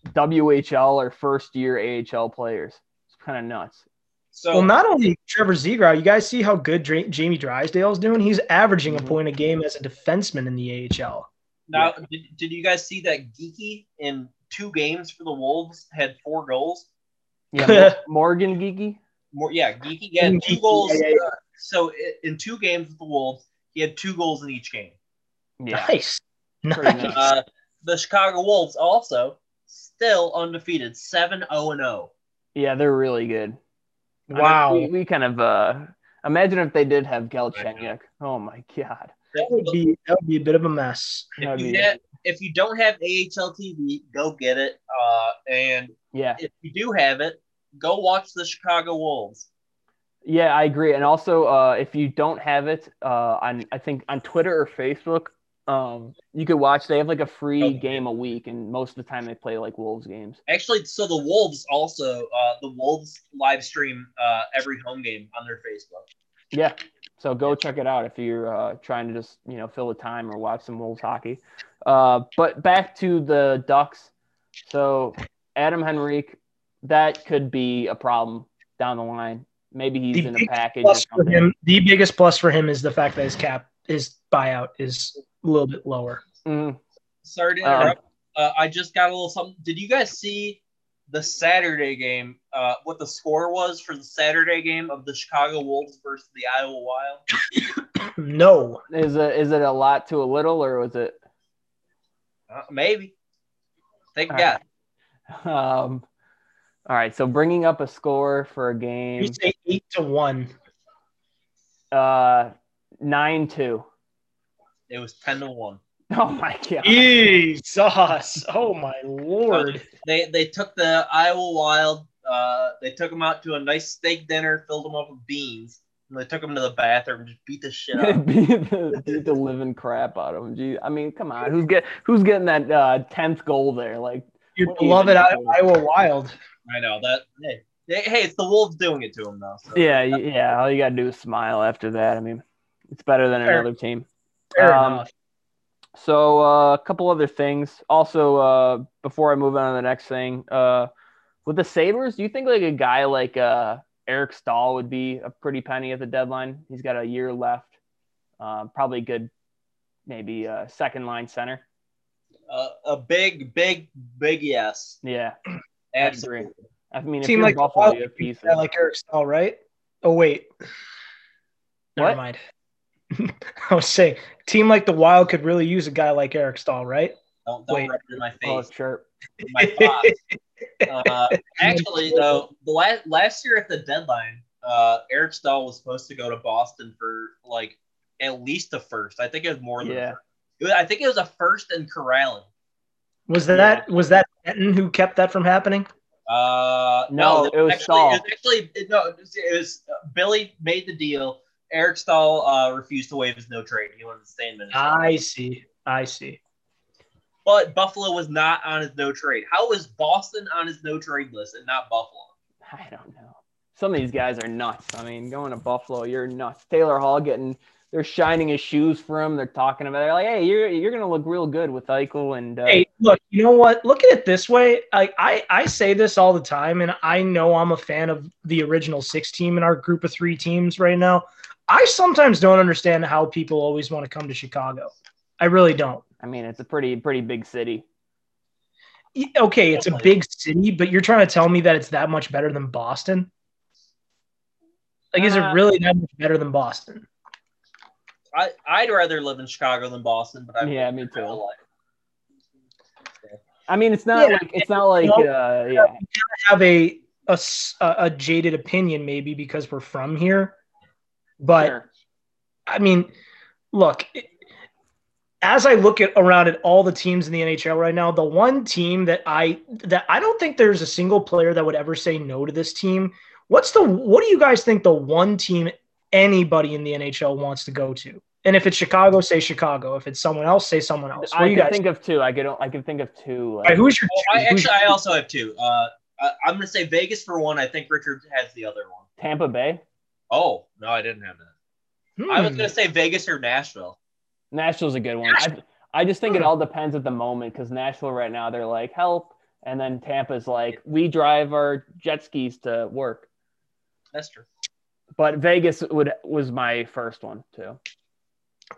S1: WHL or first year AHL players. It's kind of nuts.
S3: So
S2: well, not only Trevor Zegras, you guys see how good Dra- Jamie Drysdale's doing. He's averaging
S1: Mhm.
S2: a point a game as a defenseman in the AHL.
S3: now, did, did you guys see that Geeky in two games for the Wolves had four goals?
S1: Yeah, Mo- Morgan Geeky.
S3: More, yeah, Geeky had two
S2: Geeky,
S3: goals.
S2: Mm-hmm. yeah, yeah,
S3: uh, so i- in two games with the Wolves, he had two goals in each game.
S1: Yeah,
S2: Nice,
S1: Pretty nice.
S2: nice.
S3: Uh, the Chicago Wolves also still undefeated, oh 7 0 0.
S1: yeah, they're really good. I mean,
S2: Wow,
S1: we, we kind of uh imagine if they did have Galchenyuk. Oh my god.
S2: that would be that would be a bit of a mess.
S1: That'd
S3: If you,
S1: be-
S3: get, if you don't have AHL TV, go get it. Uh, and
S1: yeah.
S3: if you do have it, go watch the Chicago Wolves.
S1: Yeah, I agree. And also, uh, if you don't have it uh, on, I think on Twitter or Facebook, um, you could watch. They have like a free
S3: Okay.
S1: game a week, and most of the time they play like Wolves games.
S3: Actually, so the Wolves also, uh, the Wolves live stream uh, every home game on their Facebook.
S1: Yeah, so go check it out if you're uh, trying to just you know fill the time or watch some Wolves hockey. Uh, but back to the Ducks. So Adam Henrique, that could be a problem down the line. Maybe he's
S2: The
S1: in a
S2: biggest
S1: package or
S2: Plus for
S1: something.
S2: him, the biggest plus for him is the fact that his cap, his buyout is a little bit lower.
S1: Mhm.
S3: Sorry to
S1: Um,
S3: interrupt. uh, I just got a little something. Did you guys see the Saturday game? Uh, what the score was for the Saturday game of the Chicago Wolves versus the Iowa Wild?
S2: No,
S1: Is it is it a lot to a little, or was it?
S3: Uh, maybe. Thank
S1: All
S3: God.
S1: Um, all right, so bringing up a score for a
S2: you
S1: game,
S2: say eight to one.
S1: uh, nine two.
S3: It was ten to one.
S1: Oh my god!
S2: Jesus! Oh my lord!
S3: They they took the Iowa Wild. Uh, they took them out to a nice steak dinner, filled them up with beans, and they took them to the bathroom, just beat the shit out. of 'em.
S1: beat, the, beat the living crap out of him. Gee, I mean, come on, who's get who's getting that uh, tenth goal there? Like,
S2: Your
S1: what do you
S2: beloved
S1: think?
S2: I- Iowa Wild.
S3: I know that. Hey, they, hey, it's the Wolves doing it to them though. so-
S1: yeah, y- yeah. All you gotta do is smile after that. I mean, it's better than
S2: Fair.
S1: another team.
S2: Fair
S1: Um,
S2: enough.
S1: So uh, a couple other things. Also, uh, before I move on to the next thing, uh, with the Sabers, do you think like a guy like uh, Eric Stahl would be a pretty penny at the deadline? He's got a year left. Um, probably good, maybe uh, second line center.
S3: Uh, a big, big, big yes.
S1: Yeah,
S3: Absolutely.
S1: I mean, if
S2: Seem
S1: you're
S2: like
S1: Buffalo,
S2: Wild
S1: you have pieces.
S2: I like Eric Stahl, right? Oh wait, never
S1: What?
S2: mind. I was saying, team like the Wild could really use a guy like Eric Stahl, right?
S3: Don't, don't
S2: Wait.
S3: rub it in my
S1: Oh,
S3: face.
S1: sure.
S3: my thoughts. Uh, actually, though, the last, last year at the deadline, uh, Eric Stahl was supposed to go to Boston for like at least a first. I think it was more than. a
S1: Yeah.
S3: first. It was- I think it was a first and Corralling.
S2: Was that was that Benton who kept that from happening?
S3: Uh,
S1: No, it was
S3: actually,
S1: Stahl.
S3: It was actually it- no, it was, it was uh, Billy made the deal. Eric Stahl uh, refused to waive his no trade. He wanted to stay in Minnesota.
S2: I see. I see.
S3: but Buffalo was not on his no trade. How was Boston on his no trade list and not Buffalo?
S1: I don't know. Some of these guys are nuts. I mean, going to Buffalo, you're nuts. Taylor Hall getting they're shining his shoes for him. They're talking about they're like, hey, you're you're gonna look real good with Eichel and uh,
S2: Hey, look, you know what? Look at it this way. Like I, I say this all the time, and I know I'm a fan of the original six team in our group of three teams right now. I sometimes don't understand how people always want to come to Chicago. I really don't.
S1: I mean, it's a pretty pretty big city.
S2: E- Okay, it's a big city, but you're trying to tell me that it's that much better than Boston? Like, is it
S1: Uh,
S2: really that much better than Boston?
S3: I, I'd rather live in Chicago than Boston, but I
S1: Yeah, me too.
S3: Like,
S1: I mean, it's not
S2: Yeah.
S1: like it's not like
S2: Nope.
S1: uh, yeah.
S2: Have a a, s- a- a jaded opinion maybe because we're from here, but
S1: Sure.
S2: I mean, look, it- as I look at around at all the teams in the NHL right now, the one team that I that I don't think there's a single player that would ever say no to this team. What's the what do you guys think the one team anybody in the NHL wants to go to? And if it's Chicago, say Chicago. If it's someone else, say someone else. What do
S1: I
S2: you
S1: can
S2: guys?
S1: think of two. I could I can think of two. uh,
S2: all right, who's your?
S3: Well, Oh, I
S2: two? Who's
S3: actually
S2: your-
S3: I also have two. Uh, I, I'm gonna say Vegas for one. I think Richard has the other one.
S1: Tampa Bay,
S3: Oh no, I didn't have that. I was
S2: Hmm.
S3: gonna say Vegas or Nashville.
S1: Nashville's a good one. I, I just think it all depends at the moment because Nashville right now they're like help, and then Tampa's like we drive our jet skis to work.
S3: That's true.
S1: But Vegas would was my first one too.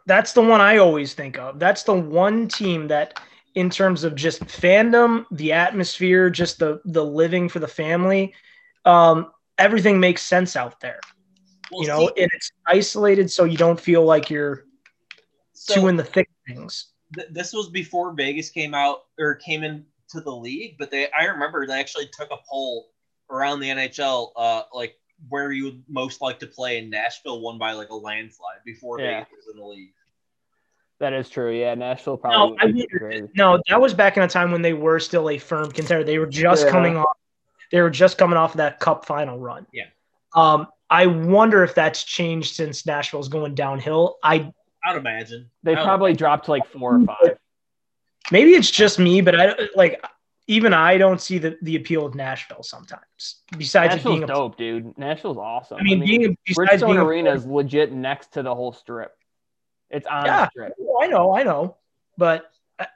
S2: that's the one I always think of. That's the one team that, in terms of just fandom, the atmosphere, just the the living for the family, um, everything makes sense out there.
S3: Well,
S2: you know,
S3: see,
S2: and it's isolated, so you don't feel like you're
S3: so
S2: too in the thick of things.
S3: th- this was before Vegas came out or came into the league, but they I remember they actually took a poll around the NHL, uh, like where you would most like to play, and Nashville won by like a landslide before
S1: Yeah.
S3: Vegas was in the league.
S1: That is true. Yeah, Nashville
S2: No,
S1: probably.
S2: I
S1: would be
S2: wonder-
S1: crazy.
S2: No, that was back in a time when they were still a firm contender. They were just
S1: Yeah.
S2: coming off. They were just coming off that Cup final run.
S3: Yeah.
S2: Um, I wonder if that's changed since Nashville's going downhill. I
S3: I'd imagine
S1: They
S3: I don't-
S1: probably dropped to like four or five.
S2: maybe it's just me, but I don't- like even I don't see the, the appeal of Nashville sometimes. Besides it being
S1: Nashville's
S2: a,
S1: dope, dude. Nashville's awesome.
S2: I mean, being besides
S1: Bridgestone
S2: being a,
S1: Arena is legit next to the whole strip. It's on
S2: Yeah.
S1: the strip.
S2: Oh, I know, I know, but I,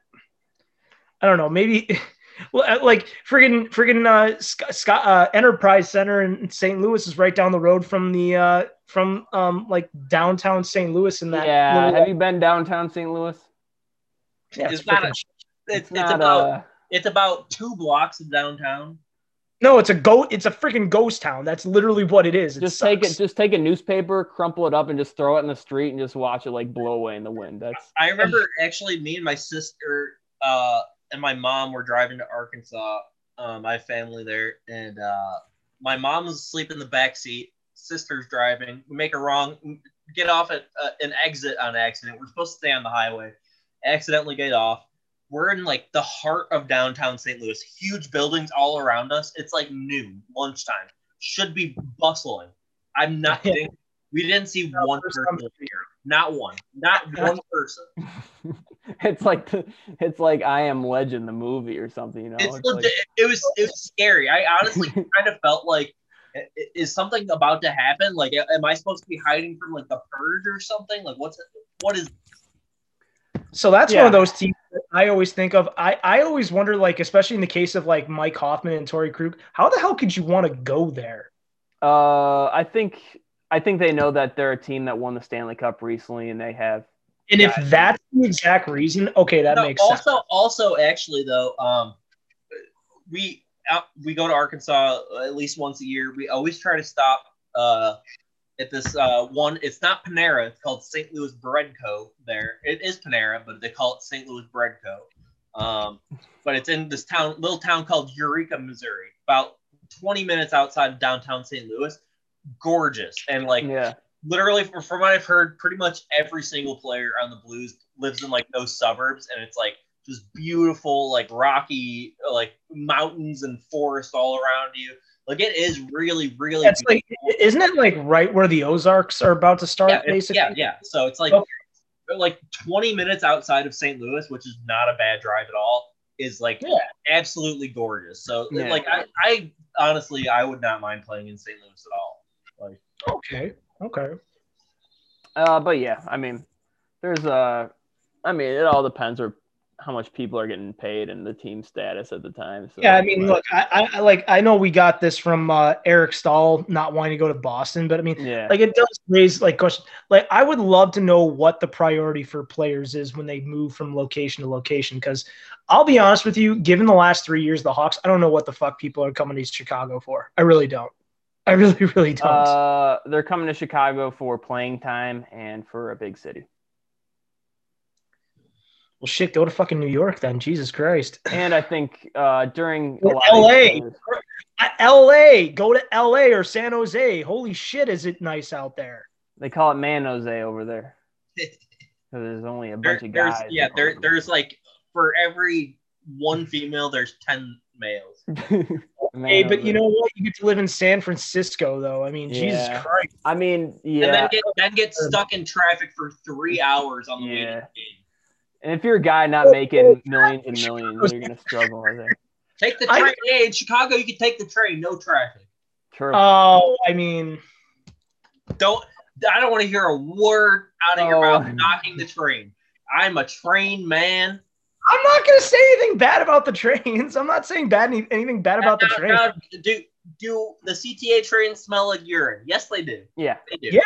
S2: I don't know. Maybe well, uh, like friggin' friggin' uh, Sc- Scott uh, Enterprise Center in St. Louis is right down the road from the uh, from um like downtown St. Louis in that.
S1: Yeah.
S2: little-
S1: Have you been downtown St. Louis?
S2: yeah,
S3: It's not
S2: frickin'
S3: a-
S2: sh-
S3: it's, it's,
S1: not,
S3: about
S1: uh,
S3: it's about two blocks of downtown.
S2: no, it's a go. It's a freaking ghost town. That's literally what it is. It
S1: just
S2: sucks.
S1: take it. Just take a newspaper, crumple it up, and just throw it in the street, and just watch it like blow away in the wind. That's
S3: I remember actually me and my sister uh, and my mom were driving to Arkansas. Uh, my family there, and uh, my mom was asleep in the back seat. Sister's driving. We make a wrong, get off at uh, an exit on accident. We're supposed to stay on the highway. Accidentally get off. We're in like the heart of downtown St. Louis. Huge buildings all around us. It's like noon, lunchtime. Should be bustling. I'm not
S2: Yeah.
S3: kidding. We didn't see
S2: No,
S3: one
S2: there's
S3: person appear. Not one. Not one person.
S1: it's like the, it's like I Am Legend, the movie or something. You know,
S3: it's
S1: It's like-
S3: legit. it was it was scary. I honestly kind of felt like i- i- is something about to happen? Like, a- am I supposed to be hiding from like the purge or something? Like, what's what is?
S2: So that's one
S1: Yeah.
S2: of those teams that I always think of. I, I always wonder, like, especially in the case of like Mike Hoffman and Torrey Krug, how the hell could you want to go there?
S1: uh, I think I think they know that they're a team that won the Stanley Cup recently, and they have
S2: And
S1: Yeah.
S2: if that's the exact reason, okay, that
S3: No,
S2: makes sense.
S3: also, also, actually, though, um, we out, we go to Arkansas uh, at least once a year. We always try to stop uh, at this uh, one. It's not Panera. It's called St. Louis Bread Co. There, it is Panera, but they call it St. Louis Bread Co. Um, but it's in this town, little town called Eureka, Missouri, about 20 minutes outside of downtown St. Louis. Gorgeous and like
S1: yeah.
S3: literally from, from what I've heard, pretty much every single player on the Blues lives in like those suburbs, and it's like just beautiful, like rocky, like mountains and forest all around you. Like it is really, really.
S2: That's like, isn't it like right where the Ozarks are about to start?
S3: yeah, it's-
S2: basically,
S3: yeah, yeah. So it's like
S2: Okay.
S3: like 20 minutes outside of St. Louis, which is not a bad drive at all. Is like
S2: Yeah.
S3: absolutely gorgeous. So
S1: Yeah.
S3: like I, I honestly I would not mind playing in St. Louis at all.
S2: Okay, okay.
S1: Uh, but yeah, I mean, there's uh, I mean, it all depends where how much people are getting paid and the team status at the time. So,
S2: Yeah, I mean, look, I, I- I like, I know we got this from uh, Eric Stahl not wanting to go to Boston, but I mean,
S1: yeah,
S2: like it does raise like question like i would love to know what the priority for players is when they move from location to location because i'll be honest with you given the last three years of the hawks i don't know what the fuck people are coming to chicago for i really don't i really really don't
S1: uh, they're coming to Chicago for playing time and for a big city.
S2: Well, shit, go to fucking New York then. Jesus Christ.
S1: And I think uh, during
S2: Or
S1: of
S2: LA.
S1: these games-
S2: Uh, L.A. Go to L.A. or San Jose. Holy shit, is it nice out there?
S1: they call it Man Jose over there because there's only a
S3: There,
S1: bunch of
S3: there's
S1: guys.
S3: yeah, there, there's like for every one female, there's ten males.
S2: hey,
S1: Man
S2: but
S1: Jose.
S2: you know what? You get to live in San Francisco though. I mean, Jesus
S1: Yeah.
S2: Christ.
S1: I mean, yeah.
S3: And then get then get
S2: Um,
S3: stuck in traffic for three hours on the way to
S1: Yeah.
S3: the game.
S1: And if you're a guy not
S2: Oh,
S1: making
S2: oh,
S1: millions and millions, you're gonna struggle with it.
S3: Take the
S2: I-
S3: train. hey, in Chicago, you can take the train, no traffic.
S1: True.
S2: Oh, I mean,
S3: Don't. I don't want to hear a word out of your
S1: Oh.
S3: mouth knocking the train. I'm a train man.
S2: I'm not gonna say anything bad about the trains. I'm not saying bad any- anything bad about the
S3: Now-
S2: train.
S3: now, do do the CTA trains smell like urine? Yes, they do.
S1: yeah.
S3: They do.
S2: Yeah,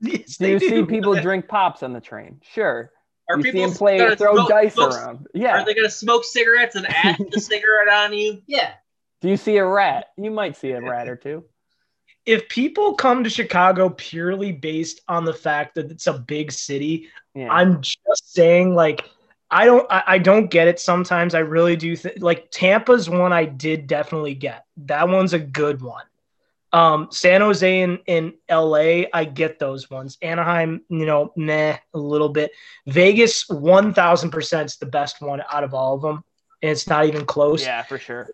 S2: Yes,
S1: Do
S2: they
S1: you see
S2: do.
S1: people drink pops on the train? Sure.
S3: Are
S1: you see
S3: people
S1: them play,
S3: gonna
S1: throw
S3: smoke-
S1: dice
S3: smoke-
S1: around. Yeah.
S3: Are they gonna smoke cigarettes and add the cigarette on you? Yeah.
S1: Do you see a rat? You might see a rat or two.
S2: If people come to Chicago purely based on the fact that it's a big city,
S1: Yeah.
S2: I'm just saying, like, I don't, I, I don't get it. Sometimes I really do. Th- like Tampa's one, I did definitely get. That one's a good one. Um, San Jose and, and LA, I get those ones. Anaheim, you know, meh, a little bit. Vegas, one thousand percent is the best one out of all of them, and it's not even close.
S1: yeah, for sure.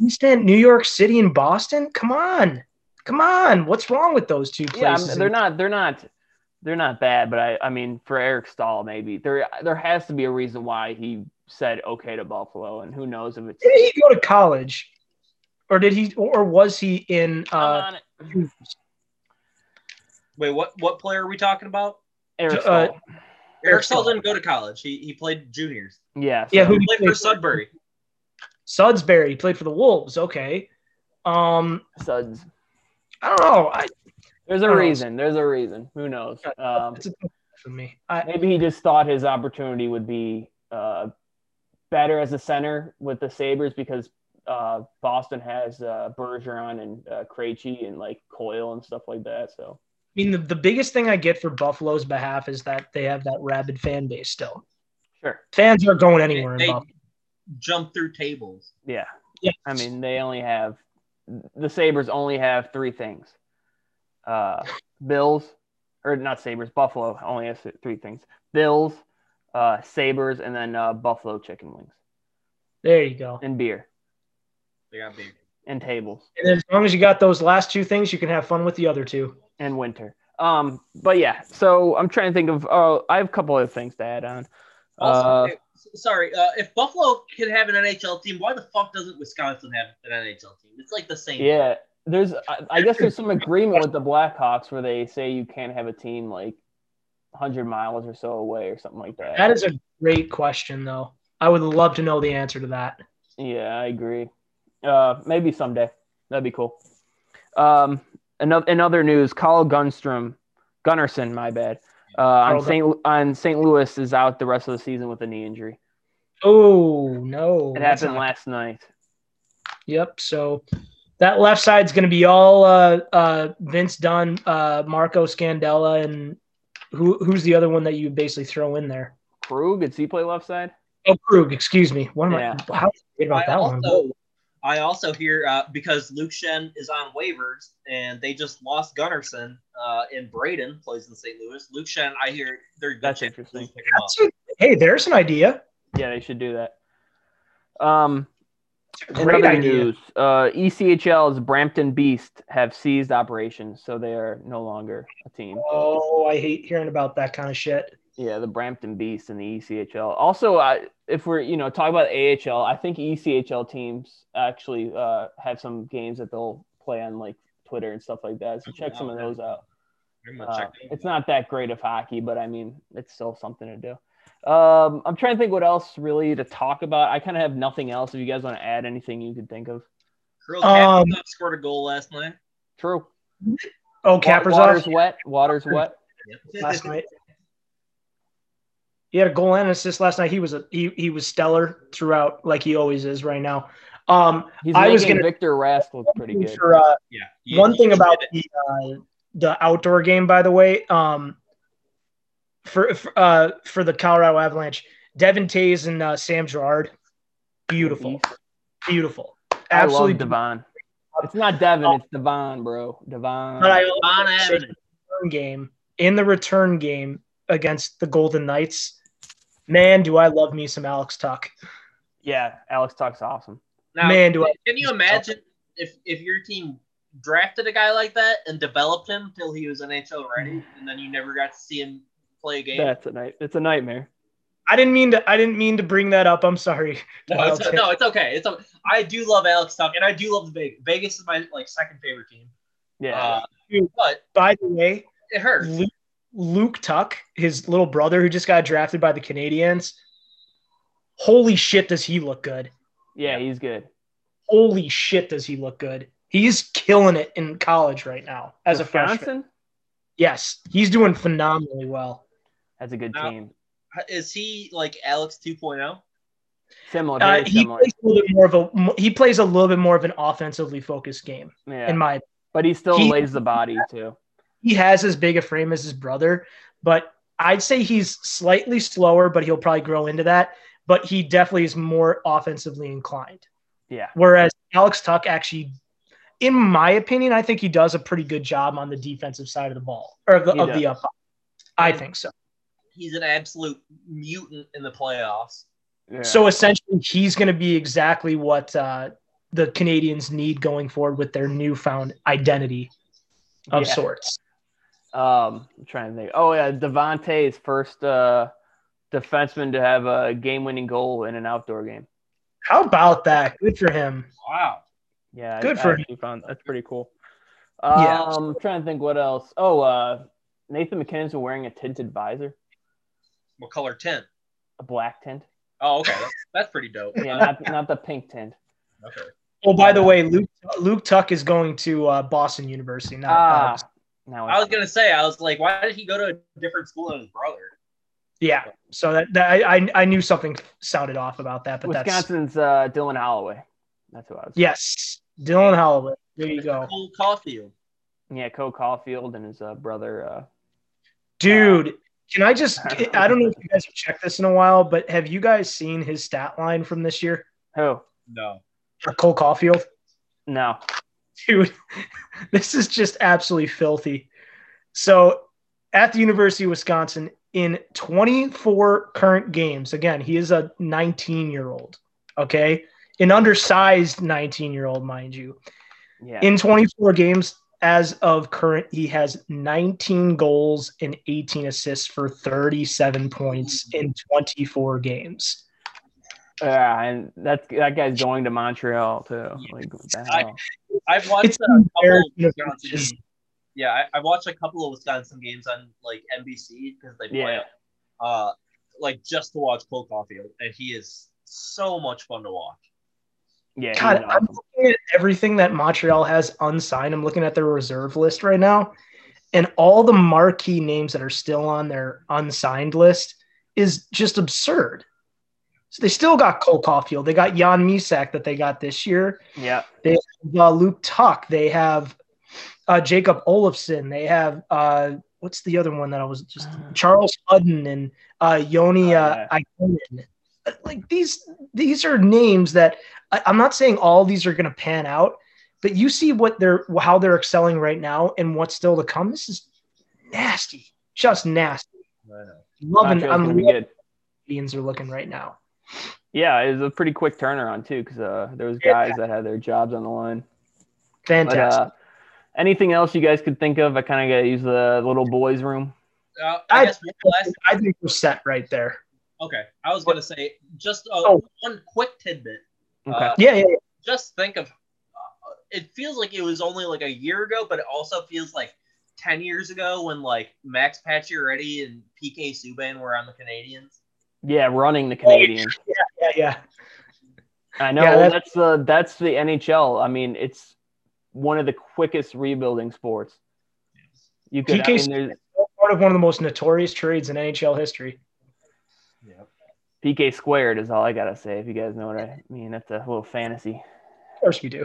S2: East End, New York City, and Boston. Come on, come on. What's wrong with those two
S1: Yeah,
S2: places?
S1: I'm, they're not. They're not. They're not bad, but I, I mean, for Eric Stahl, maybe there there has to be a reason why he said okay to Buffalo, and who knows if it's.
S2: Did he go to college, or did he, or was he in?
S1: I'm
S2: Uh,
S1: on it.
S3: Wait, what what player are we talking about?
S1: Eric
S2: uh,
S1: Stahl.
S3: Eric
S2: Eric
S3: Stahl
S2: Stahl.
S3: didn't go to college. He, he played juniors.
S1: yeah.
S2: yeah,
S1: so-
S2: who
S3: He
S2: he
S3: played for
S2: played?
S3: Sudbury.
S2: Sudsbury. He played for the Wolves. Okay. Um,
S1: Suds.
S2: I don't know. I,
S1: There's a
S2: Who knows?
S1: reason. There's a reason. Who knows? Um,
S2: it's a tough one for me. I,
S1: maybe he just thought his opportunity would be uh, better as a center with the Sabres because uh, Boston has uh, Bergeron and uh, Krejci and like Coyle and stuff like that. So
S2: I mean, the, the biggest thing I get for Buffalo's behalf is that they have that rabid fan base still.
S1: sure,
S2: Fans aren't going
S3: They,
S2: anywhere in
S3: they
S2: Buffalo.
S3: jumped through tables.
S1: yeah.
S2: Yeah.
S1: I mean, they only have the Sabers only have three things: uh, Bills, or not Sabers, Buffalo only has three things: Bills, uh, Sabers, and then uh, Buffalo chicken wings
S2: There you go.
S1: and beer
S3: They got big.
S1: and tables.
S2: And as long as you got those last two things, you can have fun with the other two.
S1: and winter. Um, but yeah, so I'm trying to think of. Oh, I have a couple other things to add on.
S3: Also,
S1: Uh,
S3: hey, s- sorry, uh, if Buffalo could have an NHL team, why the fuck doesn't Wisconsin have an NHL team? It's like the same.
S1: yeah, there's. I, I guess there's some agreement with the Blackhawks where they say you can't have a team like 100 miles or so away or something like that.
S2: That is a great question, though. I would love to know the answer to that.
S1: Yeah, I agree. Uh, maybe someday that'd be cool. Um, another in other news, Carl Gunstrom, Gunnarsson, my bad. Uh, on
S2: Carl Gun-
S1: St. on St. Louis is out the rest of the season with a knee injury.
S2: Oh no!
S1: It
S2: that's
S1: happened
S2: not-
S1: last night.
S2: Yep. So that left side's going to be all uh, uh, Vince Dunn, uh, Marco Scandella, and who who's the other one that you basically throw in there?
S1: Krug, did he play left side?
S2: Oh, Krug. Excuse me. What am
S1: Yeah.
S2: I? How did I forget about
S3: I
S2: that one?
S3: also, I also hear uh, because Luke Shen is on waivers and they just lost Gunnarsson uh, and Braden plays in St. Louis. Luke Shen, I hear they're good.
S1: That's
S3: chance
S1: interesting.
S3: to pick him up.
S2: That's a- hey, there's an idea.
S1: Yeah, they should do that. Um,
S2: It's a
S1: in
S2: Great
S1: other
S2: idea.
S1: news, uh, ECHL's Brampton Beast have seized operations, so they are no longer a team.
S2: Oh, I hate hearing about that kind of shit.
S1: Yeah, the Brampton Beast and the E ECHL. Also, I, if we're you know talking about AHL, I think E ECHL teams actually uh, have some games that they'll play on like Twitter and stuff like that. So check some of those out.
S3: I'm gonna
S1: Uh,
S3: check that
S1: it's
S3: out.
S1: not that great of hockey, but I mean, it's still something to do. Um, I'm trying to think what else really to talk about. I kind of have nothing else. If you guys want to add anything, you could think of.
S3: Kirill
S2: Um,
S3: Kaprizov scored a goal last night.
S1: True.
S2: Oh,
S1: Wa-
S2: Capper's
S1: Water's
S2: off
S1: wet. Water's wet.
S2: last night. He had a goal and an assist last night. He was a, he he was stellar throughout, like he always is right now. Um,
S1: He's
S2: I
S1: making
S2: was gonna-
S1: Victor Rask look pretty good.
S2: for uh,
S3: yeah.
S2: one thing about
S3: it.
S2: the, uh, the outdoor game by the way um for, for uh for the colorado avalanche Devin Tays and uh, Sam Gerard. Beautiful. Beautiful.
S1: Absolutely.
S2: Absolutely.
S1: I love Devon. It's not Devin, it's Devon, bro. Devon.
S2: But I
S3: Von
S2: also
S3: Avenue.
S2: return game in the return game against the Golden Knights. Man, do I love me some Alex Tuck.
S1: yeah, Alex Tuck's awesome.
S3: Now,
S2: Man, do I-
S3: can you imagine if if your team drafted a guy like that and developed him till he was NHL
S2: Mm.
S3: ready, and then you never got to see him play a game?
S1: That's a night. It's a nightmare.
S2: I didn't mean to. I didn't mean to bring that up. I'm sorry.
S3: No,
S2: Wild
S3: it's,
S2: pick.
S3: no, it's okay. It's okay. I do love Alex Tuck, and I do love the Vegas. Vegas is my like second favorite team.
S1: Yeah.
S3: Uh,
S2: Dude.
S3: but
S2: By the way,
S3: it hurts.
S2: Luke, Luke Tuck, his little brother who just got drafted by the Canadians. Holy shit, does he look good?
S1: yeah, he's good.
S2: Holy shit, does he look good? He's killing it in college right now as a freshman.
S1: Wisconsin,
S2: Yes, he's doing phenomenally well.
S1: that's a good
S2: Uh,
S3: Now-
S1: team.
S3: Is he like Alex oh? 2.0?
S1: Similar, very
S2: Uh, he
S1: similar.
S2: plays a little bit more of a he plays a little bit more of an offensively focused game
S1: yeah.
S2: in my.
S1: but he still
S2: he-
S1: lays the body too.
S2: He has as big a frame as his brother, but I'd say he's slightly slower, but he'll probably grow into that. But he definitely is more offensively inclined.
S1: Yeah.
S2: Whereas Alex Tuck actually, in my opinion, I think he does a pretty good job on the defensive side of the ball or of the,
S1: He
S2: of the up. I think so.
S3: He's an absolute mutant in the playoffs.
S1: Yeah.
S2: So essentially, he's going to be exactly what uh, the Canadians need going forward with their newfound identity of
S1: Yeah.
S2: sorts.
S1: Um, I'm trying to think. Oh yeah, Devontae's first uh, defenseman to have a game-winning goal in an outdoor game.
S2: How about that? Good for him.
S3: Wow.
S1: Yeah, I-
S2: Good
S1: I
S2: for
S1: actually found that's pretty cool. Um,
S2: Yeah.
S1: I'm trying to think what else. Oh, uh, Nathan McKinnon's been wearing a tinted visor,
S3: What color tint?
S1: a black tint.
S3: Oh, okay. That's, that's pretty dope.
S1: Yeah, not not the pink tint.
S3: Okay.
S2: Oh, by the way, Luke Luke Tuck is going to uh, Boston University. Not uh,
S1: Ah,
S2: Alex.
S1: now
S3: I was gonna say, I was like, why did he go to a different school than his brother?
S2: yeah. So that, that I, I I knew something sounded off about that, but that's
S1: Wisconsin's uh, Dylan Holloway. That's who I was.
S2: yes, Dylan Holloway. There you go,
S3: Cole Caulfield.
S1: yeah. Cole Caulfield and his uh, brother. Uh,
S2: dude. Can I just? I don't know if you guys have checked this in a while, but have you guys seen his stat line from this year
S1: who?
S3: No.
S2: for Cole Caulfield?
S1: No.
S2: dude, this is just absolutely filthy. So, at the University of Wisconsin, in 24 current games, again, he is a 19 year old, okay? An undersized 19 year old, mind you.
S1: Yeah.
S2: In 24 games, as of current, he has 19 goals and 18 assists for 37 points in 24 games.
S1: yeah, Ah, and that's that guy's going to Montreal too. Like, what the
S3: I-
S1: hell?
S3: I've watched
S2: It's
S3: a couple of
S2: embarrassing.
S3: Wisconsin games. Yeah, I, I watched a couple of Wisconsin games on like NBC because they play
S1: Yeah.
S3: it, uh like just to watch Cole Caulfield, and he is so much fun to watch.
S1: Yeah. he's
S2: God, I'm
S1: awesome.
S2: looking at everything that Montreal has unsigned. I'm looking at their reserve list right now, and all the marquee names that are still on their unsigned list is just absurd. So they still got Cole Caulfield. They got Jan Misak that they got this year.
S1: yeah.
S2: Uh, Luke Tuck. They have uh, Jacob Olafson. They have uh, what's the other one that I was just Charles Hudden and uh, Yoni
S1: Uh. Oh,
S2: uh, Ikonen. Like these, these are names that I, I'm not saying all these are going to pan out, but you see what they're how they're excelling right now and what's still to come. This is nasty, just nasty. Loving,
S1: Montreal's
S2: I'm
S1: gonna be
S2: loving
S1: good.
S2: Canadians are looking right now.
S1: Yeah, it was a pretty quick turnaround too, because uh, there was
S2: Yeah.
S1: guys that had their jobs on the line. But,
S2: Fantastic.
S1: uh, anything else you guys could think of? I kind of got to use the little boys' room.
S3: Uh, I,
S2: I-
S3: guess one last
S2: I think we're set right there.
S3: okay. I was gonna say just uh,
S2: Oh.
S3: one quick tidbit.
S1: Okay.
S3: Uh,
S2: Yeah, yeah,
S3: just think of uh, it feels like it was only like a year ago, but it also feels like 10 years ago when like Max Pacioretty and PK Subban were on the Canadians.
S1: yeah, running the Canadians.
S2: yeah, yeah.
S1: I know
S2: Yeah,
S1: well,
S2: that's-
S1: that's the that's the NHL. I mean, it's one of the quickest rebuilding sports. You could. I
S2: PK
S1: mean, there's
S2: Part of one of the most notorious trades in NHL history.
S3: Yeah.
S1: PK squared is all I gotta say. If you guys know what I mean, that's a little fantasy.
S2: Of course we do.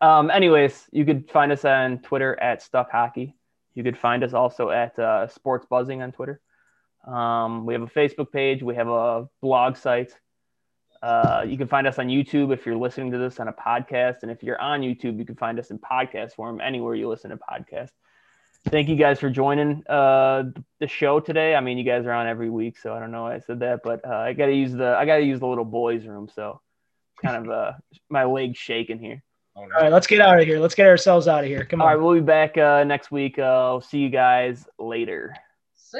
S1: Um, anyways, you could find us on Twitter at Stuck Hockey. You could find us also at uh, Sports Buzzing on Twitter. Um, we have a Facebook page. We have a blog site. Uh, you can find us on YouTube if you're listening to this on a podcast. And if you're on YouTube, you can find us in podcast form anywhere you listen to podcasts. Thank you guys for joining uh, the show today. I mean, you guys are on every week, so I don't know why I said that, but uh, I gotta use the I gotta use the little boys' room. So kind of uh, my legs shaking here.
S3: All
S2: All right, let's get out of here. Let's get ourselves out of here. Come
S1: All
S2: on.
S1: right, we'll be back uh, next week. Uh, see you guys later.